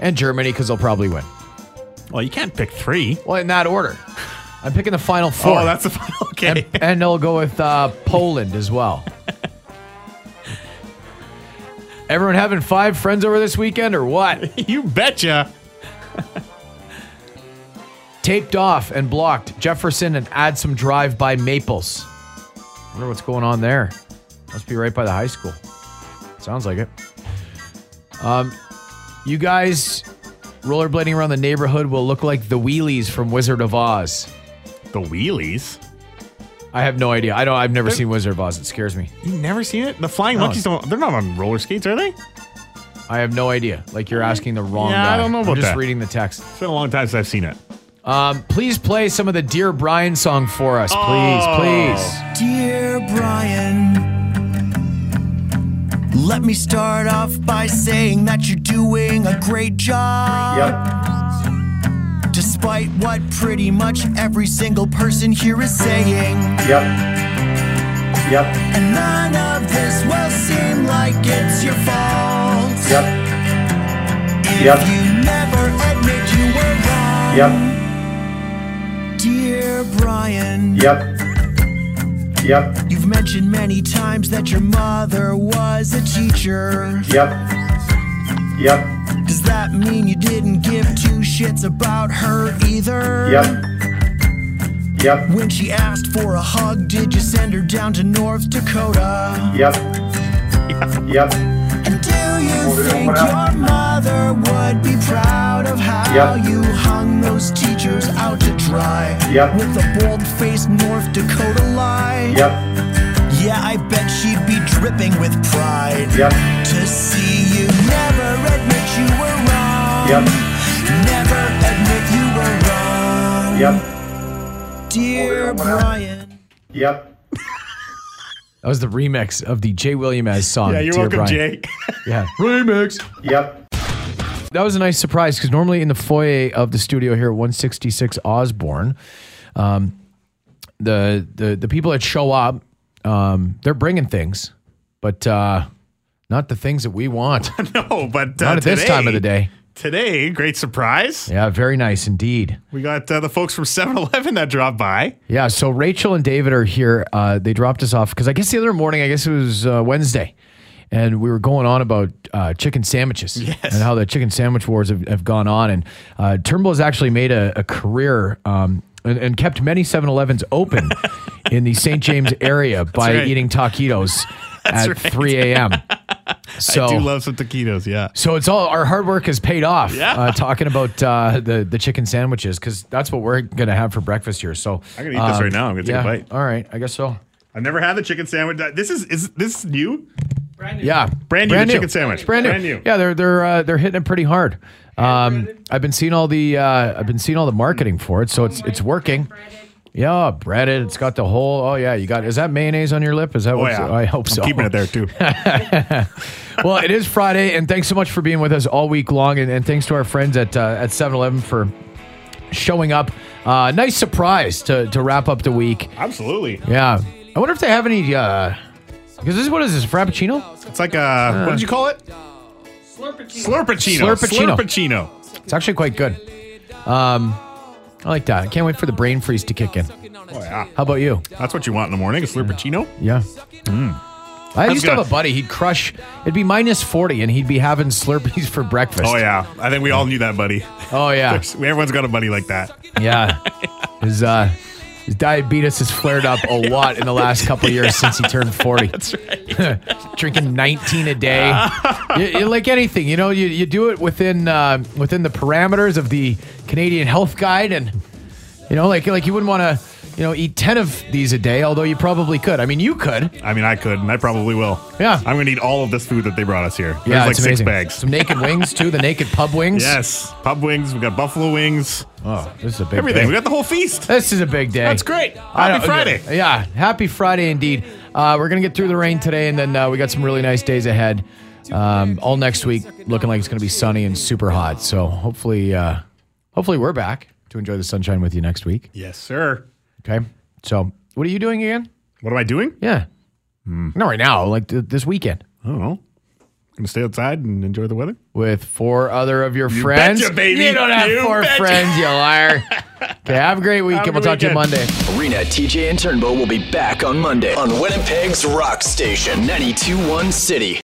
And Germany because they'll probably win.
Well, you can't pick three.
Well, in that order. I'm picking the final four.
Oh, that's the final. Okay.
And, and they'll go with uh, Poland as well. Everyone having five friends over this weekend or what?
you betcha.
Taped off and blocked Jefferson and add some drive by Maples. Wonder what's going on there. Must be right by the high school. Sounds like it. Um, you guys rollerblading around the neighborhood will look like the wheelies from Wizard of Oz.
The wheelies.
I have no idea. I don't. I've never seen Wizard of Oz. It scares me.
You never seen it? The flying
No.
monkeys don't. They're not on roller skates, are they?
I have no idea. Like you're asking the wrong
Yeah, I
guy.
don't know
I'm
about
just
that.
reading the text.
It's been a long time since I've seen it.
Um, please play some of the Dear Brian song for us, please,
Oh.
please.
Dear Brian, let me start off by saying that you're doing a great job. Yep. Despite what pretty much every single person here is saying.
Yep. Yep.
And none of this will seem like it's your fault. Yep. If
Yep.
you never admit you were wrong.
Yep.
Dear Brian.
Yep. Yep.
You've mentioned many times that your mother was a teacher.
Yep. Yep.
Does that mean you didn't give two shits about her either?
Yep. Yep.
When she asked for a hug, did you send her down to North Dakota?
Yep. Yep.
And do you think your mother would be proud of how
Yep.
you hung those teachers out to dry?
Yep.
With a bold-faced North Dakota lie?
Yep.
Yeah, I bet she'd be dripping with pride
Yep.
to see you never admit
Yep.
Never admit you were wrong.
Yep.
Dear Brian.
Yep.
That was the remix of the Jay William as song.
Yeah, you're
Dear
welcome,
Brian.
Jay.
Yeah. remix.
Yep.
That was a nice surprise because normally in the foyer of the studio here at 166 Osborne, um, the, the the people that show up, um, they're bringing things, but uh, not the things that we want.
no, but uh,
not at this
today-
time of the day.
Today, great surprise.
Yeah, very nice indeed.
We got uh, the folks from 7 Eleven that dropped by.
Yeah, so Rachel and David are here. Uh, they dropped us off because I guess the other morning, I guess it was uh, Wednesday, and we were going on about uh, chicken sandwiches and how the chicken sandwich wars have, have gone on. And uh, Turnbull has actually made a, a career um, and, and kept many 7 Elevens open in the St. James area by
right.
eating taquitos
That's
at
right.
3 a.m. So
I do love some taquitos, yeah.
so it's all our hard work has paid off.
Yeah.
Uh, talking about uh, the the chicken sandwiches because that's what we're gonna have for breakfast here. So um,
I'm gonna eat this right now. I'm gonna take a bite.
All right, I guess so.
I've never had the chicken sandwich. This is is this new?
Yeah,
Brand new, the chicken sandwich.
It's brand new.
Brand new.
Yeah, they're they're uh, they're hitting it pretty hard. Um, I've been seeing all the uh, I've been seeing all the marketing for it, so it's it's working. Yeah, breaded. It's got the whole. Oh yeah, you got. Is that mayonnaise on your lip? Is that?
Oh,
what's,
yeah.
I hope
I'm
so.
keeping it there, too.
well, it is Friday, and thanks so much for being with us all week long, and, and thanks to our friends at uh, at Seven Eleven for showing up. Uh, nice surprise to to wrap up the week.
Absolutely.
Yeah. I wonder if they have any. uh Because this what is this frappuccino?
It's like a what did you call it? Slurpacino.
Slurpacino.
Slurpacino.
It's actually quite good. Um, I like that. I can't wait for the brain freeze to kick in.
Oh, yeah.
How about you?
That's what you want in the morning, a slurpacino?
Yeah. I
Mm. I'm
used to
gonna-
have a buddy. He'd crush. It'd be minus forty, and he'd be having Slurpees for breakfast.
Oh yeah, I think we all knew that buddy.
Oh yeah.
There's- everyone's got a buddy like that.
Yeah. His uh his diabetes has flared up a lot in the last couple of years since he turned 40. That's right. Drinking 19 a day. you, you- like anything, you know, you, you do it within uh, within the parameters of the Canadian Health Guide and you know, like like you wouldn't want to, you know, eat 10 of these a day, although you probably could. I mean, you could.
I mean, I could, and I probably will.
Yeah.
I'm gonna eat all of this food that they brought us here. There's
yeah,
like
it's
six
amazing.
bags.
Some naked wings too, the naked pub wings.
Yes, pub wings. We got buffalo wings.
Oh, this is a big
everything.
day.
We got the whole feast.
This is a big day.
That's great.
I
Happy
don't-
Friday.
Yeah, happy Friday indeed. Uh, we're going to get through the rain today, and then uh, we got some really nice days ahead. Um, all next week, looking like it's going to be sunny and super hot. So hopefully, uh, hopefully we're back to enjoy the sunshine with you next week.
Yes, sir.
Okay. So what are you doing again?
What am I doing?
Yeah.
Hmm.
Not right now, like th- this weekend.
I don't know. Gonna stay outside and enjoy the weather.
With four other of your
You
friends.
betcha, baby.
You don't have
You
four
betcha.
friends, you liar. okay, have a great week,
Have
and
a
we'll talk to you
weekend.
Monday.
Rena, TJ, and Turnbow will be back on Monday on Winnipeg's Rock Station 921 City.